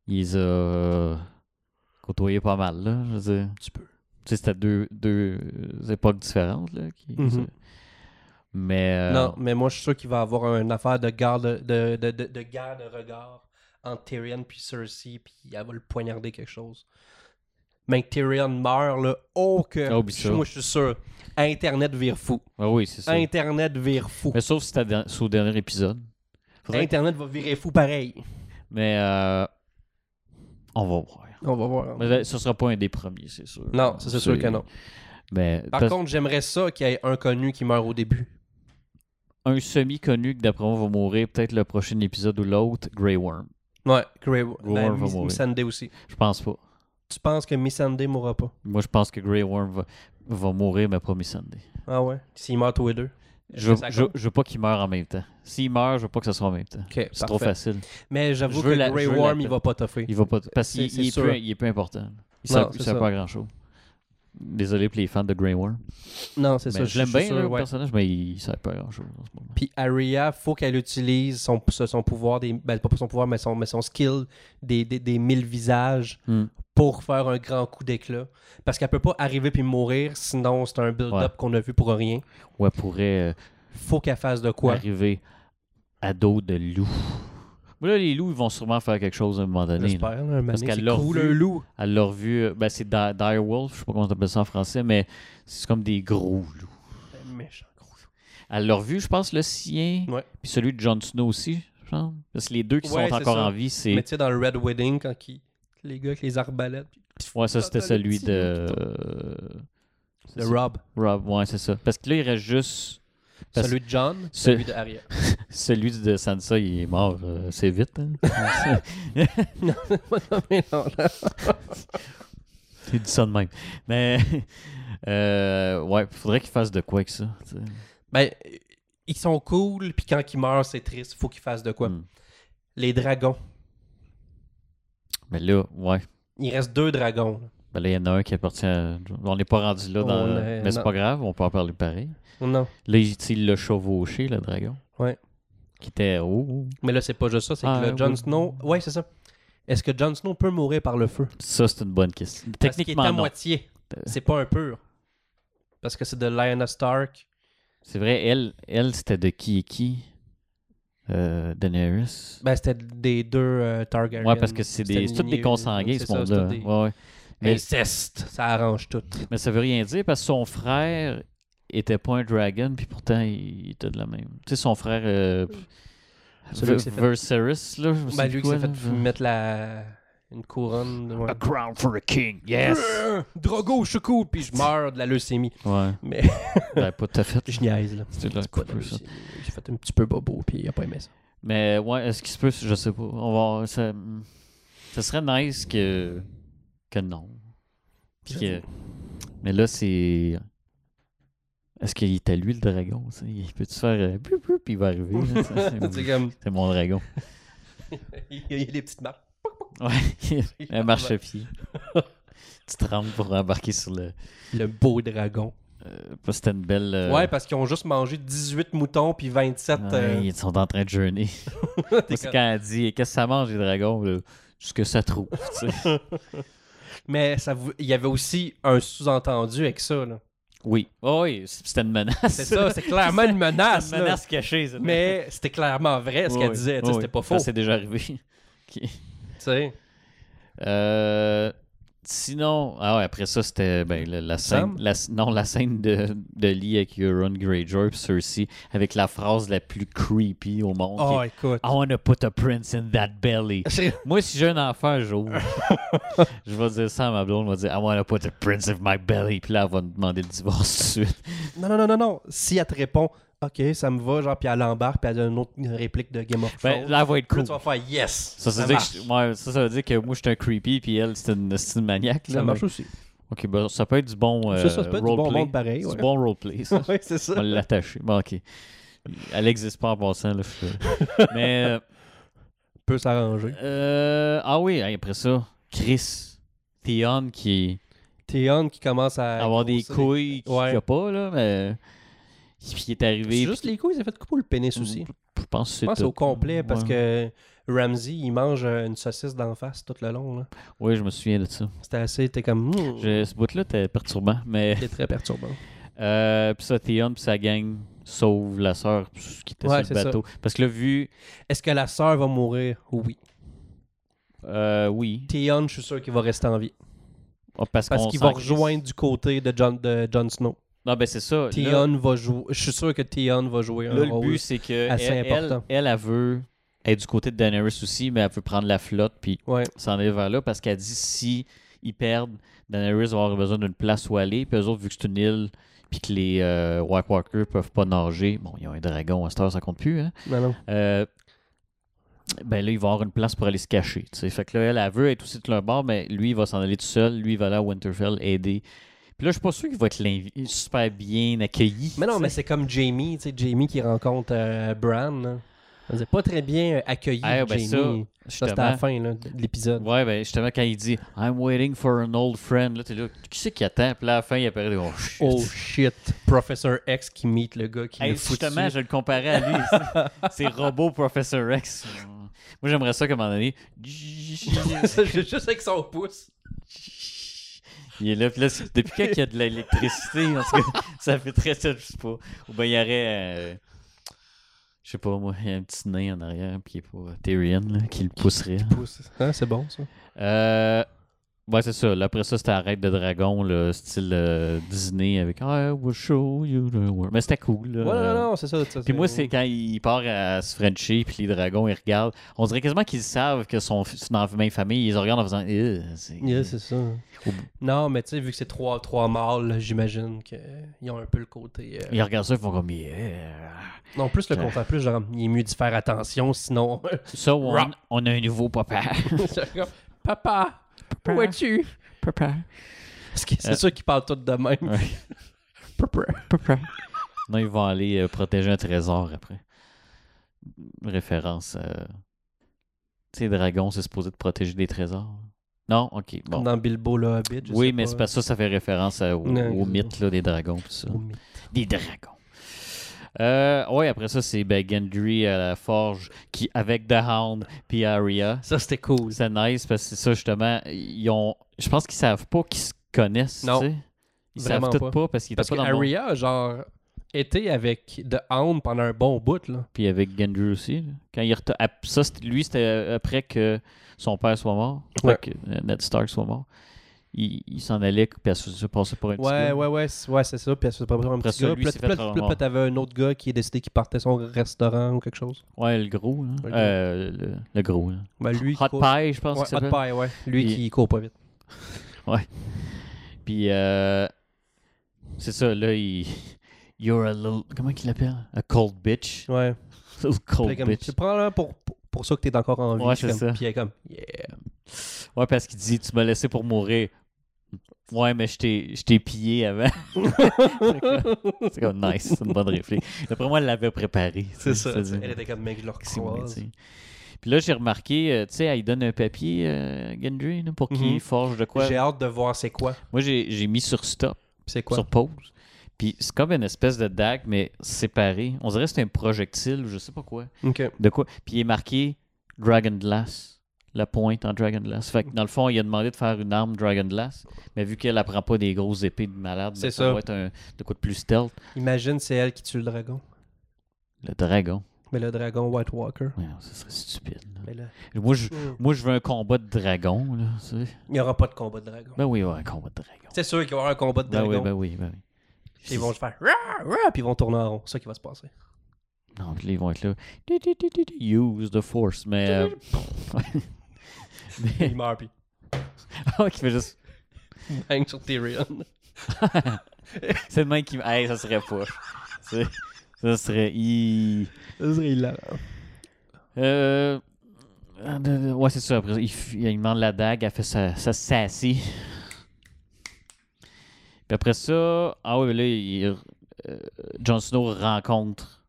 Speaker 2: Il les a euh, côtoyés pas mal, là. Je veux dire.
Speaker 1: Tu peux.
Speaker 2: Tu sais, c'était deux, deux euh, époques différentes, là. qui-
Speaker 1: Mhm.
Speaker 2: Mais. euh,
Speaker 1: Non, mais moi, je suis sûr qu'il va avoir une affaire de garde de, de, de, de guerre de regard entre Tyrion puis Cersei, puis elle va le poignarder quelque chose. Mais que Tyrion meurt, là, oh que...
Speaker 2: Ah, oublie ça.
Speaker 1: moi, je suis sûr. Internet vire fou.
Speaker 2: ah oui, c'est ça.
Speaker 1: Internet vire fou.
Speaker 2: Mais sauf si c'était sous le dernier épisode. Faudrait-
Speaker 1: Internet va virer fou pareil.
Speaker 2: Mais. euh, on va voir.
Speaker 1: On va voir.
Speaker 2: Mais là, ce sera pas un des premiers, c'est sûr.
Speaker 1: Non, ça, c'est sûr que non.
Speaker 2: Mais
Speaker 1: Par
Speaker 2: parce-
Speaker 1: contre, j'aimerais ça qu'il y ait un connu qui meurt au début.
Speaker 2: un semi-connu que d'après moi va mourir peut-être le prochain épisode ou l'autre, Grey Worm.
Speaker 1: Ouais, Grey
Speaker 2: Worm
Speaker 1: ben,
Speaker 2: va
Speaker 1: Miss-
Speaker 2: mourir.
Speaker 1: Missandei aussi.
Speaker 2: Je pense pas.
Speaker 1: Tu penses que Missandei mourra pas?
Speaker 2: Moi, je pense que Grey Worm va, va mourir, mais pas Missandei.
Speaker 1: Ah ouais? S'ils meurent tous les deux.
Speaker 2: Je veux,
Speaker 1: Ça
Speaker 2: je,
Speaker 1: compte?
Speaker 2: je veux pas qu'il meure en même temps. S'il meurt, je veux pas que ce soit en même temps.
Speaker 1: Ok,
Speaker 2: C'est trop
Speaker 1: parfait.
Speaker 2: facile.
Speaker 1: Mais j'avoue
Speaker 2: Je
Speaker 1: que
Speaker 2: veux la-
Speaker 1: Grey
Speaker 2: je veux la
Speaker 1: Worm, il
Speaker 2: paix.
Speaker 1: va pas toffer.
Speaker 2: Il va pas. Parce qu'il
Speaker 1: C'est- c'est
Speaker 2: il est,
Speaker 1: sûr.
Speaker 2: peu- il est peu important. Il
Speaker 1: Non,
Speaker 2: sert, il
Speaker 1: c'est
Speaker 2: sert
Speaker 1: ça.
Speaker 2: pas à grand chose. Désolé pour les fans de Grey Worm.
Speaker 1: Non, c'est
Speaker 2: Mais
Speaker 1: ça.
Speaker 2: Ben, je l'aime
Speaker 1: suis
Speaker 2: bien,
Speaker 1: sûr,
Speaker 2: là, le
Speaker 1: ouais.
Speaker 2: personnage, mais il sert pas à grand chose en ce moment.
Speaker 1: Puis Aria, faut qu'elle utilise son, ce- son pouvoir, des, ben, pas son pouvoir, mais son, mais son skill des, des, des mille visages
Speaker 2: Hmm.
Speaker 1: pour faire un grand coup d'éclat. Parce qu'elle peut pas arriver puis mourir, sinon c'est un build-up
Speaker 2: Ouais.
Speaker 1: qu'on a vu pour rien.
Speaker 2: Ou elle pourrait euh,
Speaker 1: Faut qu'elle fasse de quoi.
Speaker 2: arriver à dos de loup. Mais là, les loups, ils vont sûrement faire quelque chose à un moment donné. là.
Speaker 1: J'espère, là, un moment
Speaker 2: Parce
Speaker 1: donné,
Speaker 2: qu'elle
Speaker 1: c'est
Speaker 2: l'a
Speaker 1: cool,
Speaker 2: revu.
Speaker 1: un loup.
Speaker 2: Elle l'a revu. euh, Ben, c'est Di- Dire Wolf, je sais pas comment on appelle ça en français, mais c'est comme des gros loups.
Speaker 1: Ben, Méchant gros.
Speaker 2: Elle l'a revu, je pense, le sien.
Speaker 1: Ouais.
Speaker 2: Puis celui de Jon Snow aussi, je pense. Parce que les deux qui
Speaker 1: Ouais, c'est
Speaker 2: sont encore
Speaker 1: ça.
Speaker 2: en vie, c'est.
Speaker 1: Mais tu sais, dans le Red Wedding, quand qui- les gars avec les arbalètes, puis
Speaker 2: Ouais, ça, c'était
Speaker 1: Dans le
Speaker 2: celui
Speaker 1: petit
Speaker 2: de.
Speaker 1: le
Speaker 2: C'est-
Speaker 1: Rob,
Speaker 2: Rob, ouais, c'est ça. Parce que là, il reste juste. Parce-
Speaker 1: celui de John,
Speaker 2: Ce-
Speaker 1: celui de Aria.
Speaker 2: Celui de Sansa, il est mort euh, c'est vite. hein.
Speaker 1: Mais non, là.
Speaker 2: il dit ça de même. Mais. euh, ouais, faudrait qu'il fasse de quoi avec ça. tu sais.
Speaker 1: Ben, ils sont cool, puis quand ils meurent, c'est triste. Faut qu'ils fassent de quoi.
Speaker 2: Hmm.
Speaker 1: Les dragons.
Speaker 2: Mais là, ouais.
Speaker 1: Il reste deux dragons. là.
Speaker 2: Ben là, il y en a un qui appartient à... On n'est pas rendu là, dans...
Speaker 1: On est-
Speaker 2: mais c'est
Speaker 1: non.
Speaker 2: pas grave, on peut en parler pareil.
Speaker 1: Non.
Speaker 2: Là, il il l'a chevauché, le dragon.
Speaker 1: Ouais.
Speaker 2: Qui était. Oh,
Speaker 1: Mais là, c'est pas juste ça, c'est
Speaker 2: Ah,
Speaker 1: que le Jon
Speaker 2: oui.
Speaker 1: Snow. Ouais, c'est ça. Est-ce que Jon Snow peut mourir par le feu
Speaker 2: ça, c'est une bonne question.
Speaker 1: Parce qu'il est à
Speaker 2: Techniquement, non.
Speaker 1: moitié.
Speaker 2: Euh.
Speaker 1: C'est pas un pur. Parce que c'est de Lyanna Stark.
Speaker 2: C'est vrai, elle, elle c'était de qui et qui euh, Daenerys.
Speaker 1: Ben, c'était des deux euh, Targaryen.
Speaker 2: ouais, parce que c'est des, c'est
Speaker 1: C'était
Speaker 2: toutes des
Speaker 1: lié-
Speaker 2: consanguins,
Speaker 1: c'est
Speaker 2: ce
Speaker 1: ça,
Speaker 2: monde-là.
Speaker 1: c'est tout des-
Speaker 2: Ouais, ouais. Mais-
Speaker 1: Inceste, ça arrange tout.
Speaker 2: Mais ça veut rien dire parce que son frère était pas un dragon, puis pourtant il était de la même. Tu sais, son frère. Euh,
Speaker 1: Celui
Speaker 2: Ve-
Speaker 1: qui s'est fait-
Speaker 2: Viserys, là. je me
Speaker 1: Ben,
Speaker 2: souviens
Speaker 1: lui qui
Speaker 2: quoi,
Speaker 1: s'est fait
Speaker 2: là,
Speaker 1: f- mettre la... une couronne. ouais.
Speaker 2: crown for a king, yes!
Speaker 1: Euh, Drogo, je suis cool, puis je meurs de la leucémie.
Speaker 2: Ouais,
Speaker 1: Mais
Speaker 2: ben, pas tout à fait.
Speaker 1: je niaise, là.
Speaker 2: C'est là,
Speaker 1: Quoi de la
Speaker 2: peu ça.
Speaker 1: leucémie? J'ai fait un petit peu bobo, puis il a pas aimé ça.
Speaker 2: Mais ouais, est-ce qu'il se peut Je sais pas. On va. Ça, ça serait nice que. Que non. Puis que- mais là, c'est. Est-ce qu'il est à lui le dragon ça? Il peut-tu faire. euh, Puis puis, puis il va arriver. là, ça, c'est,
Speaker 1: C'est
Speaker 2: mon,
Speaker 1: comme.
Speaker 2: c'est mon dragon.
Speaker 1: Il y a les petites marques.
Speaker 2: Ouais. Un
Speaker 1: Ouais.
Speaker 2: marchepied. tu trembles pour embarquer sur le.
Speaker 1: Le beau dragon.
Speaker 2: euh, pas c'était une belle. euh,
Speaker 1: Ouais, parce qu'ils ont juste mangé 18 moutons puis 27. euh,
Speaker 2: ouais, Ils sont en train de jeûner. Moi,
Speaker 1: t'es
Speaker 2: c'est
Speaker 1: comme-
Speaker 2: quand elle dit Qu'est-ce que ça mange les dragons là? Ce que ça trouve. tu sais.
Speaker 1: Mais ça vou- il y avait aussi un sous-entendu avec ça. là.
Speaker 2: oui. Oh, oui, c'était une menace.
Speaker 1: C'est ça, c'est clairement une menace.
Speaker 2: C'est une
Speaker 1: là.
Speaker 2: menace cachée, ça.
Speaker 1: Mais c'était clairement vrai ce
Speaker 2: Oui,
Speaker 1: qu'elle
Speaker 2: oui.
Speaker 1: disait. tu sais,
Speaker 2: Oui,
Speaker 1: C'était
Speaker 2: oui.
Speaker 1: pas faux.
Speaker 2: Ça, c'est déjà arrivé. Ok.
Speaker 1: tu sais.
Speaker 2: Euh, sinon, ah ouais, après ça, c'était ben, la, la
Speaker 1: Sam?
Speaker 2: scène. La, non, la scène de, de Lee avec Euron Greyjoy puis Cersei, avec la phrase la plus creepy au monde.
Speaker 1: Oh,
Speaker 2: qui est,
Speaker 1: écoute.
Speaker 2: I wanna put a prince in that belly.
Speaker 1: C'est-
Speaker 2: Moi, si j'ai un enfant un jour, je vais dire ça à ma blonde, on va dire I wanna put a prince in my belly. Puis là, elle va me demander le divorce tout de suite.
Speaker 1: Non, non, non, non, non. Si elle te répond, OK, ça me va, genre, puis elle embarque, puis elle a une autre réplique de Game of Thrones.
Speaker 2: Ben, là, elle va être
Speaker 1: Là,
Speaker 2: cool.
Speaker 1: tu vas faire yes.
Speaker 2: Ça, ça, veut dire que je- ouais, ça, ça veut dire que moi, je suis un creepy, puis elle, c'est une, c'est une maniaque. là,
Speaker 1: Ça
Speaker 2: mais-
Speaker 1: marche aussi.
Speaker 2: Ok, ben, ça peut être du bon euh,
Speaker 1: Ça, ça peut être du bon
Speaker 2: roleplay.
Speaker 1: monde pareil,
Speaker 2: C'est
Speaker 1: ouais.
Speaker 2: Du bon roleplay, ça.
Speaker 1: Oui, c'est
Speaker 2: On va
Speaker 1: ça.
Speaker 2: l'attacher. Bon, ok. Elle n'existe pas en passant, là. je fais- Mais,
Speaker 1: peut s'arranger.
Speaker 2: euh, ah oui, hey, après ça, Chris, Theon qui
Speaker 1: Théon qui commence à
Speaker 2: avoir des
Speaker 1: grossir.
Speaker 2: couilles qu'il
Speaker 1: Ouais.
Speaker 2: n'y a pas, là, mais puis il est
Speaker 1: C'est
Speaker 2: arrivé.
Speaker 1: juste les couilles, ça fait couper le pénis
Speaker 2: puis-
Speaker 1: aussi.
Speaker 2: Je pense que
Speaker 1: Je
Speaker 2: c'est
Speaker 1: pense que c'est
Speaker 2: tout.
Speaker 1: au complet parce
Speaker 2: Mm, Ouais.
Speaker 1: que Ramsey, il mange euh, une saucisse d'en face tout le long. là.
Speaker 2: Oui, je me souviens de ça.
Speaker 1: C'était assez, t'es comme. hmm,
Speaker 2: Je- ce bout-là, était perturbant, mais.
Speaker 1: C'est très perturbant.
Speaker 2: Euh, puis ça, Theon puis sa gang sauve la sœur qui était
Speaker 1: Ouais,
Speaker 2: sur
Speaker 1: c'est
Speaker 2: le bateau. Parce que là, vu.
Speaker 1: Est-ce que la sœur va mourir Oui.
Speaker 2: euh, oui.
Speaker 1: Théon, je suis sûr qu'il va rester en vie.
Speaker 2: Ah, parce
Speaker 1: Parce
Speaker 2: qu'on
Speaker 1: qu'il
Speaker 2: sent
Speaker 1: va
Speaker 2: que-
Speaker 1: rejoindre du côté de Jon de Jon Snow.
Speaker 2: Non, ben c'est ça. Là,
Speaker 1: Théon va jouer. Je suis sûr que Théon va jouer
Speaker 2: là,
Speaker 1: un
Speaker 2: le
Speaker 1: rôle.
Speaker 2: but, c'est que. Elle,
Speaker 1: Ah assez
Speaker 2: elle,
Speaker 1: important.
Speaker 2: elle, elle veut être du côté de Daenerys aussi, mais elle veut prendre la flotte puis
Speaker 1: Ouais.
Speaker 2: s'en aller vers là parce qu'elle dit si ils perdent, Daenerys va avoir besoin d'une place où aller. Puis eux autres, vu que c'est une île puis que les euh, White Walkers peuvent pas nager, bon, ils ont un dragon à cette heure, ça compte plus, hein.
Speaker 1: Non, non.
Speaker 2: Euh, ben là, il va avoir une place pour aller se cacher. tu sais. Fait que là, elle, elle veut être aussi de leur bord, mais lui, il va s'en aller tout seul. Lui, il va aller à Winterfell aider. Puis là, je suis pas sûr qu'il va être l'invi- super bien accueilli.
Speaker 1: Mais non,
Speaker 2: tu
Speaker 1: mais
Speaker 2: sais.
Speaker 1: c'est comme Jamie, tu sais, Jamie qui rencontre euh, Bran. là. On disait pas très bien euh, accueilli,
Speaker 2: Ah, ben ça,
Speaker 1: Jamie. Eh, Ça, c'était à la
Speaker 2: justement.
Speaker 1: fin là, de l'épisode.
Speaker 2: Ouais, ben justement, quand il dit I'm waiting for an old friend, là, t'es là, qui c'est qui attend? Puis là, à la fin, il apparaît, oh shit.
Speaker 1: Oh shit, Professor X qui meet le gars qui
Speaker 2: Hey,
Speaker 1: le fout
Speaker 2: justement,
Speaker 1: dessus.
Speaker 2: je le comparais à lui. c'est robot Professor X. Moi, j'aimerais ça comme un année.
Speaker 1: juste avec son pouce.
Speaker 2: Il est là, puis là, c'est- depuis quand il y a de l'électricité, en tout cas, ça fait très ça, je sais pas. Ou ben, il y aurait, euh, je sais pas moi, il y a un petit nain en arrière, puis il est pas Tyrion, là, qui le pousserait.
Speaker 1: Pouce. Hein, c'est bon ça.
Speaker 2: Euh, ouais, c'est ça. Là, après ça, c'était Arrête de Dragon, le style euh, Disney avec I will show you the world. Mais c'était cool. là.
Speaker 1: Ouais, non, non, c'est ça. ça,
Speaker 2: Puis moi, c'est quand il part à se Frenchie, puis les dragons, ils regardent. On dirait quasiment qu'ils savent que son, c'est dans la même famille. Ils regardent en faisant. Eh, c'est-
Speaker 1: Yeah, c'est ça. Non, mais tu sais, vu que c'est trois, trois mâles, j'imagine qu'ils ont un peu le côté. euh,
Speaker 2: Ils regardent ça, ils font comme. Yeah.
Speaker 1: Non, plus le
Speaker 2: Ouais.
Speaker 1: contraire, plus genre, il est mieux d'y faire attention, sinon.
Speaker 2: Ça, on,
Speaker 1: Rock.
Speaker 2: on a un nouveau papa.
Speaker 1: C'est comme, Papa, où es-tu?
Speaker 2: Papa.
Speaker 1: Parce que c'est
Speaker 2: Euh.
Speaker 1: sûr qu'ils parlent tous de même.
Speaker 2: Ouais.
Speaker 1: Papa.
Speaker 2: Papa. Non, ils vont aller euh, protéger un trésor après. Référence. à... Tu sais, dragon, c'est supposé de protéger des trésors. Non, ok. Bon.
Speaker 1: Comme dans Bilbo le Hobbit. je
Speaker 2: oui,
Speaker 1: sais
Speaker 2: mais
Speaker 1: pas.
Speaker 2: c'est parce que ça, ça fait référence à- au,
Speaker 1: Non,
Speaker 2: au
Speaker 1: c'est
Speaker 2: mythe là, des dragons. Tout ça.
Speaker 1: Oh, mais-
Speaker 2: Des dragons. Euh, ouais, après ça, c'est ben, Gendry à la forge qui, avec The Hound puis Arya.
Speaker 1: Ça, c'était cool.
Speaker 2: C'est nice parce que c'est ça, justement. Ils ont... Je pense qu'ils savent pas qu'ils se connaissent.
Speaker 1: Non.
Speaker 2: tu sais. Ils
Speaker 1: Vraiment
Speaker 2: savent tout
Speaker 1: pas.
Speaker 2: pas, parce qu'ils étaient
Speaker 1: Parce que
Speaker 2: pas dans le monde.
Speaker 1: Arya, genre, était avec The Hound pendant un bon bout, là.
Speaker 2: Puis avec Gendry aussi. là. Quand il reta- ap- ça, c'était- lui, c'était après que son père soit mort, après
Speaker 1: Ouais.
Speaker 2: que euh, Ned Stark soit mort. Il, il s'en allait, puis elle se se passait pour un petit
Speaker 1: Ouais,
Speaker 2: gars.
Speaker 1: ouais, ouais, c'est- ouais, c'est ça. Puis elle se fait pas vraiment un
Speaker 2: Après
Speaker 1: petit
Speaker 2: ça,
Speaker 1: gars.
Speaker 2: lui,
Speaker 1: Puis là,
Speaker 2: s'est
Speaker 1: puis là,
Speaker 2: fait
Speaker 1: puis là,
Speaker 2: revoir.
Speaker 1: t'avais un autre gars qui a décidé qu'il partait son restaurant ou quelque chose.
Speaker 2: Ouais, le gros. là.
Speaker 1: Ok.
Speaker 2: Euh, le, le gros. là.
Speaker 1: Ben, lui,
Speaker 2: Hot
Speaker 1: qui court-
Speaker 2: Pie, je pense
Speaker 1: Ouais,
Speaker 2: qu'il s'appelle.
Speaker 1: Hot Pie, ouais. Lui
Speaker 2: Il-
Speaker 1: qui court pas vite.
Speaker 2: Puis euh, c'est ça, là, il... You're a little... Comment qu'il l'appelle? A cold bitch.
Speaker 1: Ouais.
Speaker 2: Little
Speaker 1: Puis
Speaker 2: cold
Speaker 1: là, comme,
Speaker 2: bitch.
Speaker 1: tu prends là pour, pour, pour ça que t'es encore en vie.
Speaker 2: Ouais,
Speaker 1: Je suis
Speaker 2: c'est
Speaker 1: comme-
Speaker 2: ça.
Speaker 1: Puis elle est comme, yeah.
Speaker 2: Ouais, parce qu'il dit, tu m'as laissé pour mourir. Ouais, mais je t'ai je t'ai pillé avant. c'est comme nice, c'est une bonne réflexion. D'après moi, elle l'avait préparé.
Speaker 1: C'est ça.
Speaker 2: dit-
Speaker 1: Elle était comme, mec, je leur
Speaker 2: c'est moi, tu
Speaker 1: croise.
Speaker 2: sais. Puis là, j'ai remarqué, euh, tu sais, elle donne un papier, euh, Gendry, là, pour qu'il
Speaker 1: Mhm.
Speaker 2: forge de quoi.
Speaker 1: J'ai hâte de voir c'est quoi.
Speaker 2: Moi, j'ai j'ai mis sur stop.
Speaker 1: Puis C'est quoi?
Speaker 2: sur pause. Puis c'est comme une espèce de dague, mais séparée. On dirait que c'est un projectile, je sais pas quoi.
Speaker 1: Ok.
Speaker 2: De quoi. Puis il est marqué Dragon Glass. La pointe en Dragon Glass. Fait que dans le fond, il a demandé de faire une arme Dragon Glass. Mais vu qu'elle apprend pas des grosses épées de malade, ben,
Speaker 1: C'est
Speaker 2: ça
Speaker 1: ça.
Speaker 2: doit être un, de quoi de plus stealth.
Speaker 1: Imagine, c'est elle qui tue le dragon.
Speaker 2: Le dragon.
Speaker 1: Mais le dragon White Walker.
Speaker 2: Ouais, ce serait stupide. là.
Speaker 1: Mais là,
Speaker 2: Moi, je, moi, je veux un combat de dragon. Là, tu sais.
Speaker 1: il n'y aura pas de combat de dragon.
Speaker 2: ben oui, ouais, un combat de dragon.
Speaker 1: C'est sûr qu'il va y avoir un combat de
Speaker 2: Ben
Speaker 1: dragon.
Speaker 2: oui, ben oui, ben oui.
Speaker 1: Puis Ils vont faire Rah, rah puis ils vont tourner en rond. C'est ça qui va se passer.
Speaker 2: Non, puis là, ils vont être là. Di, di, di, di, di, Use the force, mais. euh, mais.
Speaker 1: Il meurt, puis
Speaker 2: Ah, qui fait juste.
Speaker 1: bang sur Tyrion.
Speaker 2: C'est le mec qui. Hey, ça serait pas. C'est- ça serait. Il...
Speaker 1: Ça serait hilarant.
Speaker 2: Euh. ah, de- de- Ouais, c'est ça. Après, ça, il, f- il demande la dague, elle fait sa, sa sassy. Puis après ça. Ah oui, mais là, il- euh, Jon Snow rencontre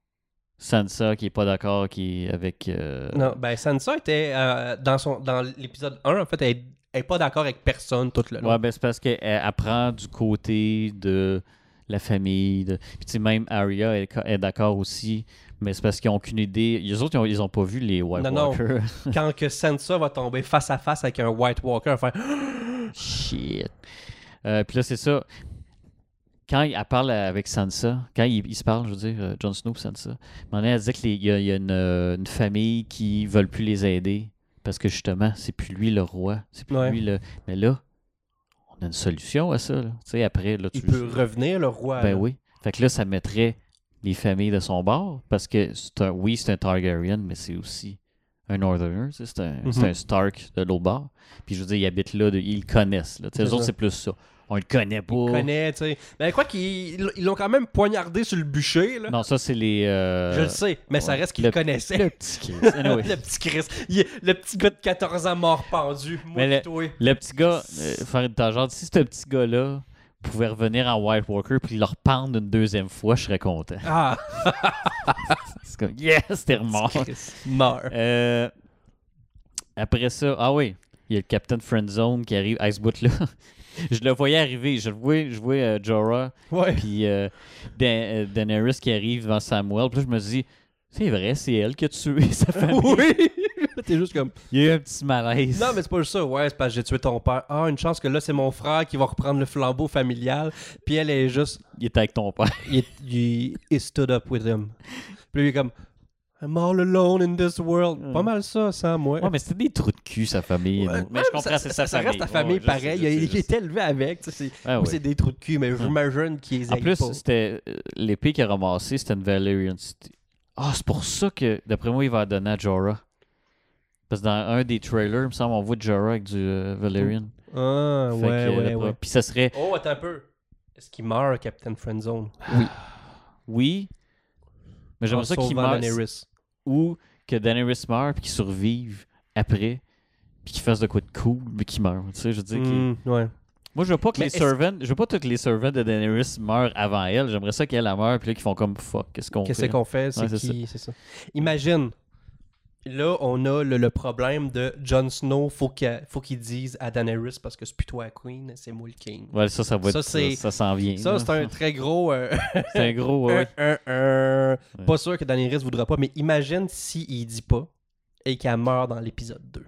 Speaker 2: Sansa qui est pas d'accord qui est avec. euh,
Speaker 1: Non, ben Sansa était euh, dans, son, dans l'épisode 1, en fait, elle n'est pas d'accord avec personne tout le long.
Speaker 2: Ouais, ben c'est parce qu'elle elle apprend du côté de la famille. De... Puis tu sais, même Arya elle est d'accord aussi, mais c'est parce qu'ils n'ont aucune idée. Les autres, ils ont, ils ont pas vu les White
Speaker 1: Non, non.
Speaker 2: Walkers.
Speaker 1: Quand que Sansa va tomber face à face avec un White Walker, elle va faire
Speaker 2: Shit. Euh, puis là, c'est ça. Quand elle parle avec Sansa, quand ils il se parlent, je veux dire, euh, Jon Snow et Sansa, à un moment donné, elle dit qu'il y a, il y a une, euh, une famille qui ne veulent plus les aider parce que justement, c'est plus lui le roi. C'est plus
Speaker 1: Ouais.
Speaker 2: lui le. Mais là, on a une solution à ça. là. Tu sais, après, là,
Speaker 1: il
Speaker 2: tu
Speaker 1: peut revenir, le roi.
Speaker 2: Ben
Speaker 1: là.
Speaker 2: oui. Fait que là, ça mettrait les familles de son bord parce que c'est un, oui, c'est un Targaryen, mais c'est aussi un Northerner. tu sais, C'est un,
Speaker 1: Mhm.
Speaker 2: c'est un Stark de l'autre bord. Puis je veux dire, ils habitent là, de- ils le connaissent. Là. Tu sais,
Speaker 1: C'est
Speaker 2: Eux autres,
Speaker 1: ça.
Speaker 2: c'est plus ça. On le connaît pas.
Speaker 1: Il connaît, tu sais. Ben, je crois qu'ils ils l'ont quand même poignardé sur le bûcher, là.
Speaker 2: Non, ça, c'est les. euh,
Speaker 1: Je le sais, mais ça
Speaker 2: ouais.
Speaker 1: reste qu'il
Speaker 2: Le-
Speaker 1: le connaissait.
Speaker 2: Le petit Chris. Anyway.
Speaker 1: le petit Chris. Il est- le petit gars de 14 ans mort pendu. Moi,
Speaker 2: Mais
Speaker 1: pis toi.
Speaker 2: Le petit gars, euh, faire une tangente, si ce petit gars-là pouvaient revenir en White Walker puis leur pendre une deuxième fois, je serais content.
Speaker 1: Ah,
Speaker 2: C'est comme, yes, t'es mort.
Speaker 1: meurt.
Speaker 2: Euh, après ça, ah oui, il y a le Captain Friendzone qui arrive, Ice Boot là. je le voyais arriver, je le voyais, je voyais euh, Jorah
Speaker 1: Ouais.
Speaker 2: puis euh, Da- euh, Daenerys qui arrive devant Samuel. Puis là, je me dis, c'est vrai, c'est elle qui a tué sa famille.
Speaker 1: Oui! T'es juste comme.
Speaker 2: Il y a eu un petit malaise.
Speaker 1: Non, mais c'est pas juste ça. Ouais, c'est parce que j'ai tué ton père. Ah, une chance que là, c'est mon frère qui va reprendre le flambeau familial. Puis elle est juste.
Speaker 2: Il était avec ton père.
Speaker 1: Il, est- il- he stood up with him. Puis lui, il est comme. I'm all alone in this world. Pas mal ça, sans moi.
Speaker 2: Hmm. Ouais, mais c'était des trous de cul, sa famille.
Speaker 1: Ouais,
Speaker 2: donc. mais
Speaker 1: même
Speaker 2: je comprends,
Speaker 1: ça-
Speaker 2: c'est sa
Speaker 1: ça
Speaker 2: famille.
Speaker 1: reste ta famille
Speaker 2: Ouais, ouais, je sais,
Speaker 1: pareil.
Speaker 2: je sais,
Speaker 1: il,
Speaker 2: je
Speaker 1: il est élevé avec. tu sais, c'est-
Speaker 2: sais. Ah
Speaker 1: oui,
Speaker 2: Ouais, ouais. Hmm.
Speaker 1: c'est des trous de cul, mais j'imagine qu'ils
Speaker 2: En
Speaker 1: aient
Speaker 2: plus,
Speaker 1: pas.
Speaker 2: c'était euh, l'épée qu'il a ramassée, c'était une Valerian City. Ah, c'est pour ça que, d'après moi, il va la donner à Jorah. Parce que dans un des trailers, il me semble, on voit Jorah avec du euh, Valerian.
Speaker 1: Ah,
Speaker 2: Fait
Speaker 1: ouais,
Speaker 2: que, euh,
Speaker 1: ouais,
Speaker 2: d'après-
Speaker 1: ouais.
Speaker 2: Puis ça serait,
Speaker 1: Oh, attends un peu. Est-ce qu'il meurt, Captain Friendzone
Speaker 2: oui, mais j'aimerais
Speaker 1: En
Speaker 2: ça qu'il
Speaker 1: sauvant
Speaker 2: meure,
Speaker 1: Daenerys.
Speaker 2: ou que Daenerys meure, puis qu'il survive après, puis qu'il fasse de quoi de cool, mais qu'il meure. Tu sais, je veux dire, qu'il-
Speaker 1: Mm, ouais.
Speaker 2: Moi, je veux pas que
Speaker 1: Mais
Speaker 2: les
Speaker 1: est-ce-
Speaker 2: servants, je veux pas que les servants de Daenerys meurent avant elle. J'aimerais ça qu'elle elle meure, puis là, qu'ils font comme fuck, qu'est-ce qu'on
Speaker 1: Qu'est-ce
Speaker 2: fait?
Speaker 1: qu'on fait? C'est
Speaker 2: Ouais, c'est
Speaker 1: qui? C'est ça. Imagine, là, on a le, le problème de Jon Snow, faut qu'il faut qu'il dise à Daenerys parce que c'est plus toi la queen, c'est moi le king.
Speaker 2: Ouais, ça, ça va
Speaker 1: Ça,
Speaker 2: être,
Speaker 1: c'est-
Speaker 2: ça, ça s'en vient.
Speaker 1: Ça,
Speaker 2: là.
Speaker 1: c'est un très gros. euh,
Speaker 2: C'est un gros, ouais, ouais.
Speaker 1: un, un, un.
Speaker 2: Ouais.
Speaker 1: Pas sûr que Daenerys voudra pas, mais imagine s'il il dit pas et qu'elle meurt dans l'épisode 2.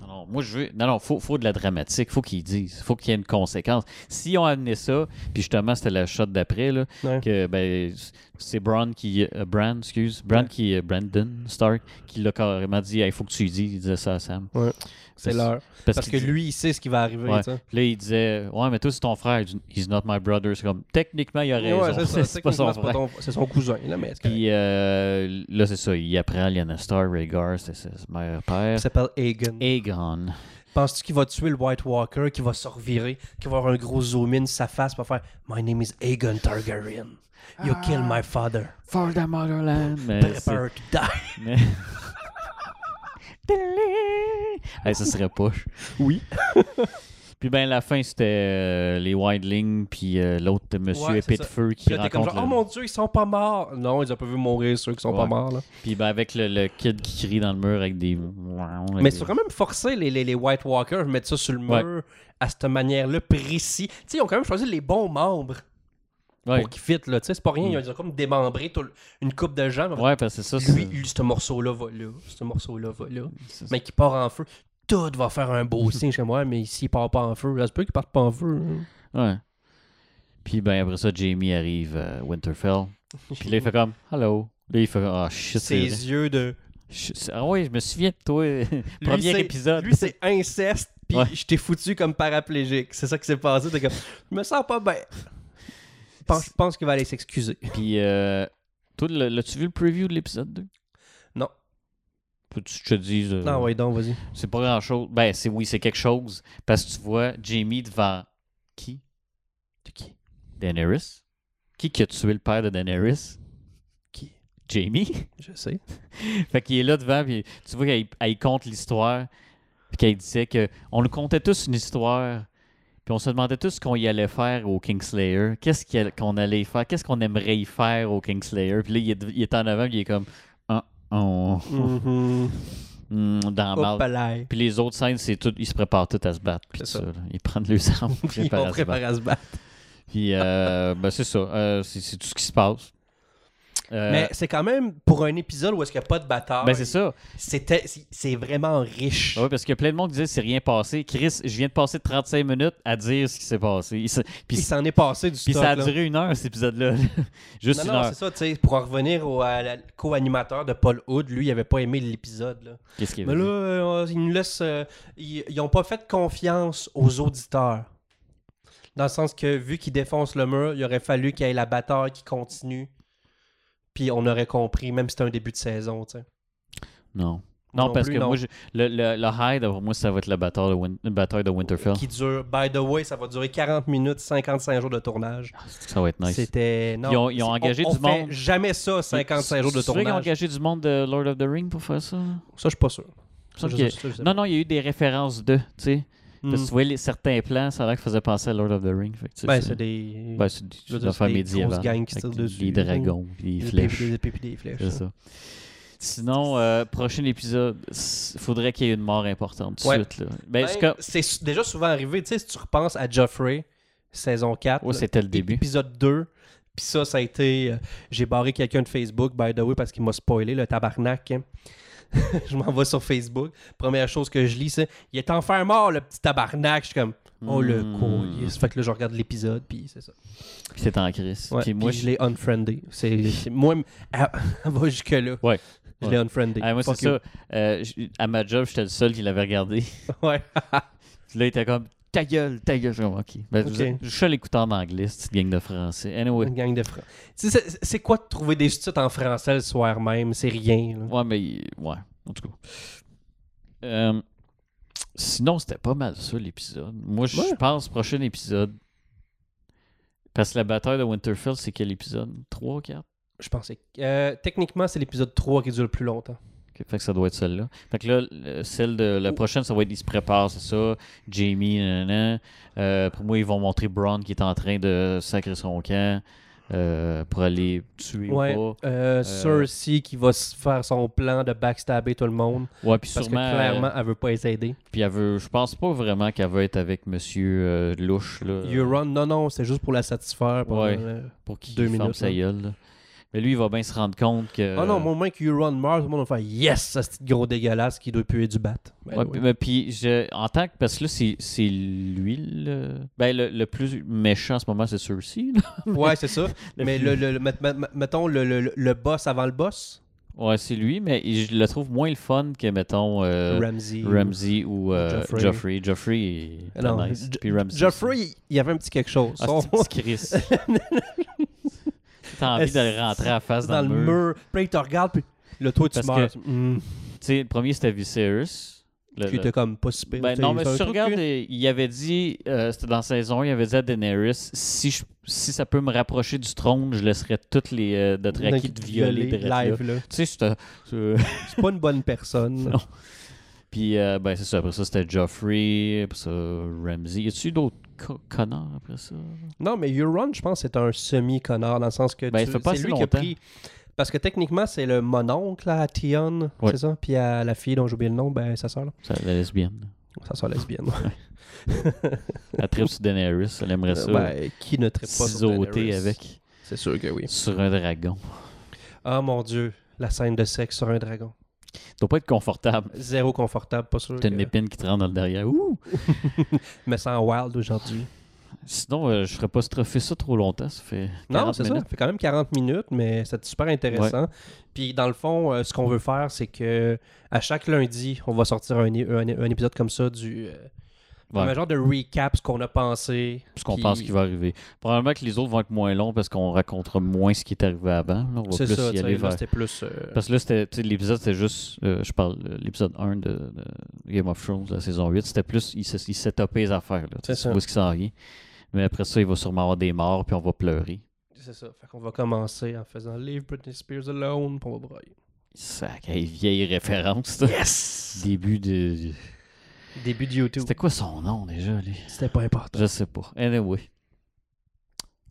Speaker 2: Non, non, moi, je veux. Non, non, faut, faut de la dramatique. Faut qu'ils disent. Faut qu'il y ait une conséquence. S'ils ont amené ça, puis justement, c'était la shot d'après, là,
Speaker 1: Ouais.
Speaker 2: que ben, c'est Bran qui. euh, Bran, excuse. Bran
Speaker 1: Ouais.
Speaker 2: qui. euh, Brandon Stark, qui l'a carrément dit, il faut que tu lui dises. Il disait ça à Sam.
Speaker 1: C'est
Speaker 2: Parce-
Speaker 1: l'heure.
Speaker 2: Parce,
Speaker 1: Parce, que
Speaker 2: dit-
Speaker 1: lui, il sait ce qui va arriver.
Speaker 2: Ouais.
Speaker 1: tu sais.
Speaker 2: Là, il disait, ouais, mais toi, c'est ton frère. Il dit, He's not my brother. C'est comme, techniquement, il a raison.
Speaker 1: Ouais, c'est ça.
Speaker 2: c'est pas son
Speaker 1: Techniquement, c'est pas
Speaker 2: frère.
Speaker 1: ton- C'est son cousin, là, mais est-ce que-
Speaker 2: Puis euh, là, c'est ça. Il apprend Lyannistar, Rhaegar, c'est c'est sa mère,
Speaker 1: Il
Speaker 2: père.
Speaker 1: s'appelle Aegon.
Speaker 2: Aegon.
Speaker 1: Penses-tu qu'il va tuer le White Walker, qu'il va se revirer, qu'il va avoir un gros zoom in sur sa face pour faire My name is Aegon Targaryen. You kill my father.
Speaker 2: For the motherland. Mais Euh, c'est-
Speaker 1: Prepare to die.
Speaker 2: Mais- Hey, ça serait poche.
Speaker 1: Oui.
Speaker 2: Puis ben la fin c'était euh, les Wildlings puis euh, l'autre monsieur
Speaker 1: Ouais,
Speaker 2: épée
Speaker 1: c'est
Speaker 2: de
Speaker 1: ça.
Speaker 2: feu
Speaker 1: Puis
Speaker 2: qui
Speaker 1: là, t'es comme
Speaker 2: rencontre
Speaker 1: genre, Oh
Speaker 2: le-
Speaker 1: mon dieu, ils sont pas morts. Non, ils ont pas vu mourir ceux qui sont pas
Speaker 2: Ouais.
Speaker 1: morts. Là.
Speaker 2: puis ben avec le, le kid qui crie dans le mur avec des avec
Speaker 1: Mais
Speaker 2: des-
Speaker 1: c'est quand même forcé les, les, les White Walkers à mettre ça sur le mur à cette manière-là précis. Tu sais, ils ont quand même choisi les bons membres
Speaker 2: ouais.
Speaker 1: pour qu'ils fitent. là. Tu sais, c'est pas rien.
Speaker 2: Mm.
Speaker 1: Ils ont, ils ont comme démembré tout le- une coupe de gens.
Speaker 2: Ouais, parce que c'est ça
Speaker 1: lui,
Speaker 2: c'est-
Speaker 1: lui, ce morceau-là va là. Ce morceau-là va là.
Speaker 2: c'est-
Speaker 1: mais qui part en feu, tout va faire un beau signe chez moi, mais s'il part pas en feu, ça se peut qu'il parte pas en feu. hein.
Speaker 2: ouais. Puis ben après ça Jamie arrive à Winterfell. Puis là il fait comme hello. Là il fait comme, ah shit
Speaker 1: Ses
Speaker 2: c'est vrai.
Speaker 1: yeux de.
Speaker 2: Shit, c'est- Ah ouais, je me souviens de toi premier
Speaker 1: c'est-
Speaker 2: épisode.
Speaker 1: Lui, c'est inceste, puis
Speaker 2: Ouais.
Speaker 1: je t'ai foutu comme paraplégique. C'est ça qui s'est passé. T'es comme, je me sens pas bien. Je pense, je pense qu'il va aller s'excuser.
Speaker 2: Puis, euh, toi, le- l'as-tu vu le preview de l'épisode 2?
Speaker 1: Non.
Speaker 2: Peux-tu que je te dise? euh,
Speaker 1: Non, ouais, donc, vas-y.
Speaker 2: C'est pas grand-chose. Ben, c'est oui, c'est quelque chose. Parce que tu vois Jamie devant qui? De qui? Daenerys. Qui qui a tué le père de Daenerys?
Speaker 1: Qui
Speaker 2: Jamie.
Speaker 1: Je sais.
Speaker 2: fait qu'il est là devant, puis tu vois qu'elle elle compte l'histoire. Puis qu'elle disait que on nous contait tous une histoire. Puis on se demandait tous ce qu'on y allait faire au Kingslayer. Qu'est-ce qu'il y a- qu'on allait y faire? Qu'est-ce qu'on aimerait y faire au Kingslayer? Puis là, il est, il est en avant, puis il est comme... Ah, oh,
Speaker 1: Mhm.
Speaker 2: hmm, dans la
Speaker 1: Hop
Speaker 2: marde.
Speaker 1: là. Puis
Speaker 2: Puis les autres scènes, c'est tout... Ils se préparent tous à se battre. Puis tout
Speaker 1: C'est
Speaker 2: ça.
Speaker 1: ça.
Speaker 2: là. Ils prennent leurs armes. puis
Speaker 1: Ils
Speaker 2: préparent
Speaker 1: vont
Speaker 2: à se battre.
Speaker 1: préparer à se battre.
Speaker 2: Puis euh, ben, c'est ça. Euh, c'est c'est tout ce qui se passe. Euh,
Speaker 1: Mais c'est quand même pour un épisode où est-ce qu'il n'y a pas de bataille.
Speaker 2: ben c'est ça.
Speaker 1: c'était- c'est- C'est vraiment riche.
Speaker 2: Ah Oui, parce qu'il y a plein de monde qui disait c'est rien passé. Chris, je viens de passer 35 minutes à dire ce qui s'est passé. Il se-
Speaker 1: Il
Speaker 2: Puis,
Speaker 1: s'en est passé du
Speaker 2: puis
Speaker 1: stock,
Speaker 2: ça a
Speaker 1: là.
Speaker 2: duré une heure, cet épisode-là. Juste
Speaker 1: Non,
Speaker 2: une
Speaker 1: non,
Speaker 2: heure.
Speaker 1: c'est ça, tu sais, pour en revenir au à la- co-animateur de Paul Hood, lui, il avait pas aimé l'épisode. là.
Speaker 2: Qu'est-ce qu'il y
Speaker 1: Mais
Speaker 2: avait?
Speaker 1: là, euh, ils nous laissent. euh, ils ils ont pas fait confiance aux auditeurs. Dans le sens que, vu qu'ils défoncent le mur, il aurait fallu qu'il y ait la bataille qui continue. Puis on aurait compris, même si c'était un début de saison, tu sais.
Speaker 2: Non. Non,
Speaker 1: Non
Speaker 2: parce
Speaker 1: plus,
Speaker 2: que
Speaker 1: non.
Speaker 2: moi, je- le, le, le high, pour moi, ça va être la bataille de, Win- bataille de Winterfell.
Speaker 1: Qui dure, by the way, ça va durer 40 minutes, 55 jours de tournage.
Speaker 2: Ça va être nice.
Speaker 1: C'était. Non,
Speaker 2: Ils ont- ils ont
Speaker 1: c'est-
Speaker 2: engagé
Speaker 1: on- on
Speaker 2: du
Speaker 1: fait
Speaker 2: monde.
Speaker 1: jamais ça, 55 jours de
Speaker 2: Tu sais qu'ils ont
Speaker 1: tournage.
Speaker 2: engagé du monde de Lord of the Ring pour faire ça?
Speaker 1: Ça, je suis pas sûr. Ça, je-
Speaker 2: Ok.
Speaker 1: ça, je sais pas. Hmm.
Speaker 2: Non, non, il y a eu des références de, tu sais. Parce que tu vois, les, certains plans, ça a l'air qu'ils faisaient penser à Lord of the Rings. Fait que, tu sais,
Speaker 1: Ben, c'est des.
Speaker 2: ben, c'est des,
Speaker 1: je veux
Speaker 2: des
Speaker 1: dire,
Speaker 2: affaires
Speaker 1: c'est des grosses
Speaker 2: médiévales,
Speaker 1: gangs qui
Speaker 2: avec
Speaker 1: tirent
Speaker 2: des-
Speaker 1: dessus,
Speaker 2: Des dragons, puis des
Speaker 1: des
Speaker 2: flèches.
Speaker 1: épées- Des épées puis des flèches.
Speaker 2: C'est ça. Sinon, euh, prochain épisode, s- faudrait qu'il y ait une mort importante tout de
Speaker 1: Ouais.
Speaker 2: suite. Là. Ben,
Speaker 1: Ben,
Speaker 2: c'est comme-
Speaker 1: c'est s- déjà souvent arrivé, tu sais, si tu repenses à Joffrey, saison 4,
Speaker 2: Ouais,
Speaker 1: là,
Speaker 2: c'était le début.
Speaker 1: épisode 2, puis ça, ça a été... euh, J'ai barré quelqu'un de Facebook, by the way, parce qu'il m'a spoilé, le tabarnak. hein. je m'en vais sur Facebook. Première chose que je lis, c'est « Il est enfin mort, le petit tabarnak! » Je suis comme « Oh, le
Speaker 2: Hmm.
Speaker 1: con. » Fait que là, je regarde l'épisode, puis c'est ça.
Speaker 2: Puis t'es en crise.
Speaker 1: Ouais,
Speaker 2: Puis
Speaker 1: puis
Speaker 2: moi,
Speaker 1: je l'ai unfriendé. C'est c'est- moi, elle elle va jusque-là.
Speaker 2: Ouais.
Speaker 1: Je
Speaker 2: Ouais.
Speaker 1: l'ai unfriendé.
Speaker 2: Ah, moi, c'est
Speaker 1: Fuck you.
Speaker 2: ça. Euh, j- à ma job, j'étais le seul qui l'avait regardé.
Speaker 1: Ouais.
Speaker 2: Puis là, il était comme ta gueule, ta gueule. Je suis comme, OK. Ben, vous
Speaker 1: Ok.
Speaker 2: êtes- Je suis allé écouter en anglais, cette petite gang de français. Anyway.
Speaker 1: Une gang de Français. C'est c'est quoi de trouver des sous-titres en français le soir même? C'est rien. là.
Speaker 2: Ouais, mais. il- Ouais, en tout cas. Euh, sinon, c'était pas mal ça, l'épisode. Moi, je
Speaker 1: Ouais.
Speaker 2: pense, prochain épisode. Parce que la bataille de Winterfell, c'est quel épisode 3, 4
Speaker 1: Je pensais. que- euh, techniquement, c'est l'épisode 3 qui dure le plus longtemps.
Speaker 2: Ok, Fait que ça doit être celle-là. Fait que là, le- celle de la
Speaker 1: Ou-
Speaker 2: prochaine, ça va être ils se préparent, c'est ça. Jamie, nanana. Euh, pour moi, ils vont montrer Braun qui est en train de sacrer son camp euh, pour aller tuer
Speaker 1: Ouais.
Speaker 2: ou
Speaker 1: Euh, Cersei qui va se faire son plan de backstabber tout le monde.
Speaker 2: pas. Ouais, puis
Speaker 1: Parce
Speaker 2: sûrement.
Speaker 1: que
Speaker 2: euh,
Speaker 1: clairement, elle veut pas les aider.
Speaker 2: puis elle veut. Je pense pas vraiment qu'elle veut être avec Monsieur euh, Louche, là.
Speaker 1: Euron, non, non, c'est juste pour la satisfaire. pour-
Speaker 2: Ouais.
Speaker 1: euh,
Speaker 2: Pour qu'il
Speaker 1: deux
Speaker 2: ferme
Speaker 1: minutes,
Speaker 2: sa
Speaker 1: là.
Speaker 2: gueule, là. Mais lui, il va bien se rendre compte que.
Speaker 1: Oh non, au moment que Euron meurt, tout le monde va faire Yes, ce petit gros dégueulasse qui doit puer du bat. Ben
Speaker 2: Ouais,
Speaker 1: oui.
Speaker 2: puis- mais puis je, en tant que parce que là c'est c'est lui le ben le, le plus méchant en ce moment c'est Cersei là.
Speaker 1: Ouais, c'est ça.
Speaker 2: Le
Speaker 1: mais
Speaker 2: plus-
Speaker 1: le, le- le- met- met- mettons le, le- le boss avant le boss,
Speaker 2: Ouais, c'est lui, mais je le trouve moins le fun que, mettons, euh,
Speaker 1: Ramsey.
Speaker 2: Ramsey ou euh,
Speaker 1: Joffrey.
Speaker 2: Joffrey. Joffrey est
Speaker 1: Non,
Speaker 2: pas nice.
Speaker 1: Jo-
Speaker 2: Puis Ramsey.
Speaker 1: Joffrey, il- il y avait un petit quelque chose.
Speaker 2: c'est- Ah,
Speaker 1: Son-
Speaker 2: c'est un petit Chris. T'as envie de le rentrer à face dans, le mur.
Speaker 1: Puis là, il te regarde, puis le toi, tu
Speaker 2: Parce
Speaker 1: meurs.
Speaker 2: que-
Speaker 1: Hum.
Speaker 2: Tu sais, le premier, c'était Viserys. Le-
Speaker 1: Puis
Speaker 2: le-
Speaker 1: t'es comme pas super.
Speaker 2: Ben, non, mais si tu regardes, euh, il avait dit, euh, c'était dans saison 1, il avait dit à Daenerys si, je- si ça peut me rapprocher du trône, je laisserai toutes les euh, Dothraki te violer. direct là.
Speaker 1: live, là.
Speaker 2: Tu sais, c'est un-
Speaker 1: C'est pas une bonne personne.
Speaker 2: Non. Puis, euh, ben, c'est ça. Après ça, c'était Joffrey. Après ça, Ramsey. Y a-tu d'autres co- connards après ça?
Speaker 1: Non, mais Euron, je pense, c'est un semi-connard dans le sens que
Speaker 2: Ben, il
Speaker 1: tu-
Speaker 2: fait pas
Speaker 1: c'est
Speaker 2: si
Speaker 1: lui qui a
Speaker 2: longtemps.
Speaker 1: pris. Parce que techniquement, c'est le mononcle à Tion,
Speaker 2: Ouais.
Speaker 1: c'est ça? Puis à la fille dont j'ai oublié le nom, ben, sa soeur, là.
Speaker 2: Ça, la lesbienne.
Speaker 1: Sa soeur lesbienne.
Speaker 2: La trip sur Daenerys. Elle aimerait ça.
Speaker 1: Ben, qui ne traite pas sur
Speaker 2: Ciseauter
Speaker 1: Daenerys?
Speaker 2: avec.
Speaker 1: C'est sûr que oui.
Speaker 2: Sur un dragon.
Speaker 1: Ah mon dieu, la scène de sexe sur un dragon.
Speaker 2: Ça doit pas être confortable.
Speaker 1: Zéro confortable, pas sûr.
Speaker 2: T'as une
Speaker 1: que-
Speaker 2: épine qui te rentre dans le derrière. Ouh!
Speaker 1: Mais sans wild aujourd'hui.
Speaker 2: Sinon, euh, je ferais pas stropher ça trop longtemps. Ça fait.
Speaker 1: Non,
Speaker 2: 40
Speaker 1: c'est ça.
Speaker 2: minutes.
Speaker 1: Ça fait quand même 40 minutes, mais c'était super intéressant. Puis dans le fond, euh, ce qu'on veut faire, c'est que à chaque lundi, on va sortir un, é- un é- un épisode comme ça du. euh,
Speaker 2: Ouais.
Speaker 1: comme Un genre de recap, ce qu'on a pensé.
Speaker 2: Parce qu'on
Speaker 1: Puis-
Speaker 2: pense qu'il va arriver. Probablement que les autres vont être moins longs parce qu'on racontera moins ce qui est arrivé avant. là. On va
Speaker 1: C'est
Speaker 2: plus
Speaker 1: ça,
Speaker 2: y
Speaker 1: tu sais,
Speaker 2: aller
Speaker 1: là,
Speaker 2: vers
Speaker 1: c'était plus. euh,
Speaker 2: Parce que là, c'était, tu sais, l'épisode, c'était juste. euh, je parle, euh, l'épisode 1 de, de Game of Thrones, la saison 8, c'était plus. Il, se, il setupait les affaires. Là,
Speaker 1: C'est
Speaker 2: Tu sais,
Speaker 1: ça.
Speaker 2: Tu vois ce qui s'en vient. Mais après ça, il va sûrement avoir des morts, puis on va pleurer.
Speaker 1: C'est ça. Fait qu'on va commencer en faisant Leave Britney Spears alone, puis on va brailler.
Speaker 2: Sac, hey, vieille référence, ça.
Speaker 1: Yes!
Speaker 2: Début de.
Speaker 1: Début de YouTube.
Speaker 2: C'était quoi son nom déjà, lui
Speaker 1: C'était pas important.
Speaker 2: Je sais pas. Anyway.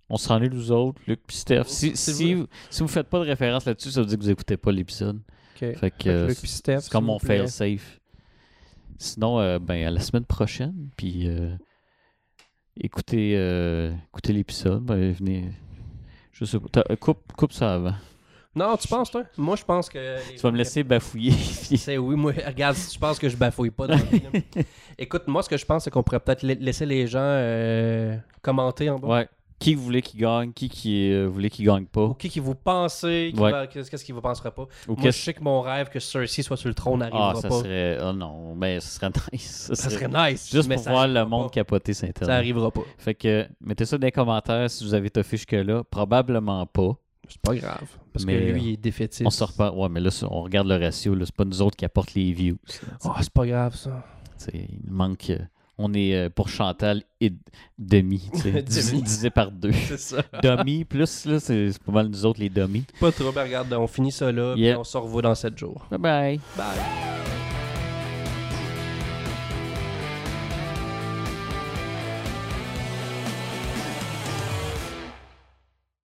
Speaker 2: On s'en est, nous autres, Luc puis Steph. Si,
Speaker 1: Oh, C'est vrai.
Speaker 2: si, vous, si vous faites pas de référence là-dessus, ça veut dire que vous écoutez pas l'épisode.
Speaker 1: Ok.
Speaker 2: Fait que.
Speaker 1: Fait que
Speaker 2: euh,
Speaker 1: Luc puis Steph,
Speaker 2: C'est comme
Speaker 1: s'il
Speaker 2: on
Speaker 1: vous plaît.
Speaker 2: fait le safe. Sinon, euh, ben, à la semaine prochaine. Puis euh, écoutez, euh, écoutez l'épisode. Ben, venez. Je sais pas. T'as- euh, Coupe, coupe ça avant.
Speaker 1: Non, tu penses, toi? Moi, je pense que.
Speaker 2: Tu vas me laisser bafouiller. Puis-
Speaker 1: C'est oui, moi, regarde, si tu penses que je bafouille pas dans le film. Écoute, moi, ce que je pense, c'est qu'on pourrait peut-être la- laisser les gens euh, commenter en bas.
Speaker 2: ouais. Qui voulait qui gagne, qui, qui euh, voulait qui gagne
Speaker 1: Ou
Speaker 2: pas.
Speaker 1: qui, qui vous pensez, qui
Speaker 2: Ouais.
Speaker 1: va- qu'est-ce qu'est-ce qu'ils vous penseraient pas.
Speaker 2: Ou
Speaker 1: Moi, je
Speaker 2: qu'est-ce-
Speaker 1: sais que mon rêve que Cersei soit sur le trône n'arrivera
Speaker 2: Ah, ça
Speaker 1: pas.
Speaker 2: serait. Oh non, mais ça serait nice. Ça
Speaker 1: Ça
Speaker 2: serait-
Speaker 1: serait nice.
Speaker 2: Juste
Speaker 1: mais
Speaker 2: pour
Speaker 1: ça
Speaker 2: voir
Speaker 1: arrivera
Speaker 2: le monde
Speaker 1: pas.
Speaker 2: capoter sur Internet.
Speaker 1: Ça arrivera pas.
Speaker 2: Fait que mettez ça dans les commentaires si vous avez toffé jusque-là. Probablement pas.
Speaker 1: C'est pas grave. Parce
Speaker 2: Mais, euh,
Speaker 1: que lui, il est défaitiste.
Speaker 2: On sort pas. Ouais, mais là, ça- on regarde le ratio. là. C'est pas nous autres qui apportent les views.
Speaker 1: Oh, c'est pas grave, ça.
Speaker 2: T'sais, il nous manque. euh, on est euh, pour Chantal et d- demi, tu sais, divisé
Speaker 1: Demi.
Speaker 2: divisé par deux.
Speaker 1: C'est ça.
Speaker 2: Demi plus, là, c'est c'est pas mal nous autres les demi.
Speaker 1: Pas trop, mais regarde, on finit ça là, puis
Speaker 2: Yeah.
Speaker 1: on se revoit dans 7 jours.
Speaker 2: Bye bye.
Speaker 1: Bye.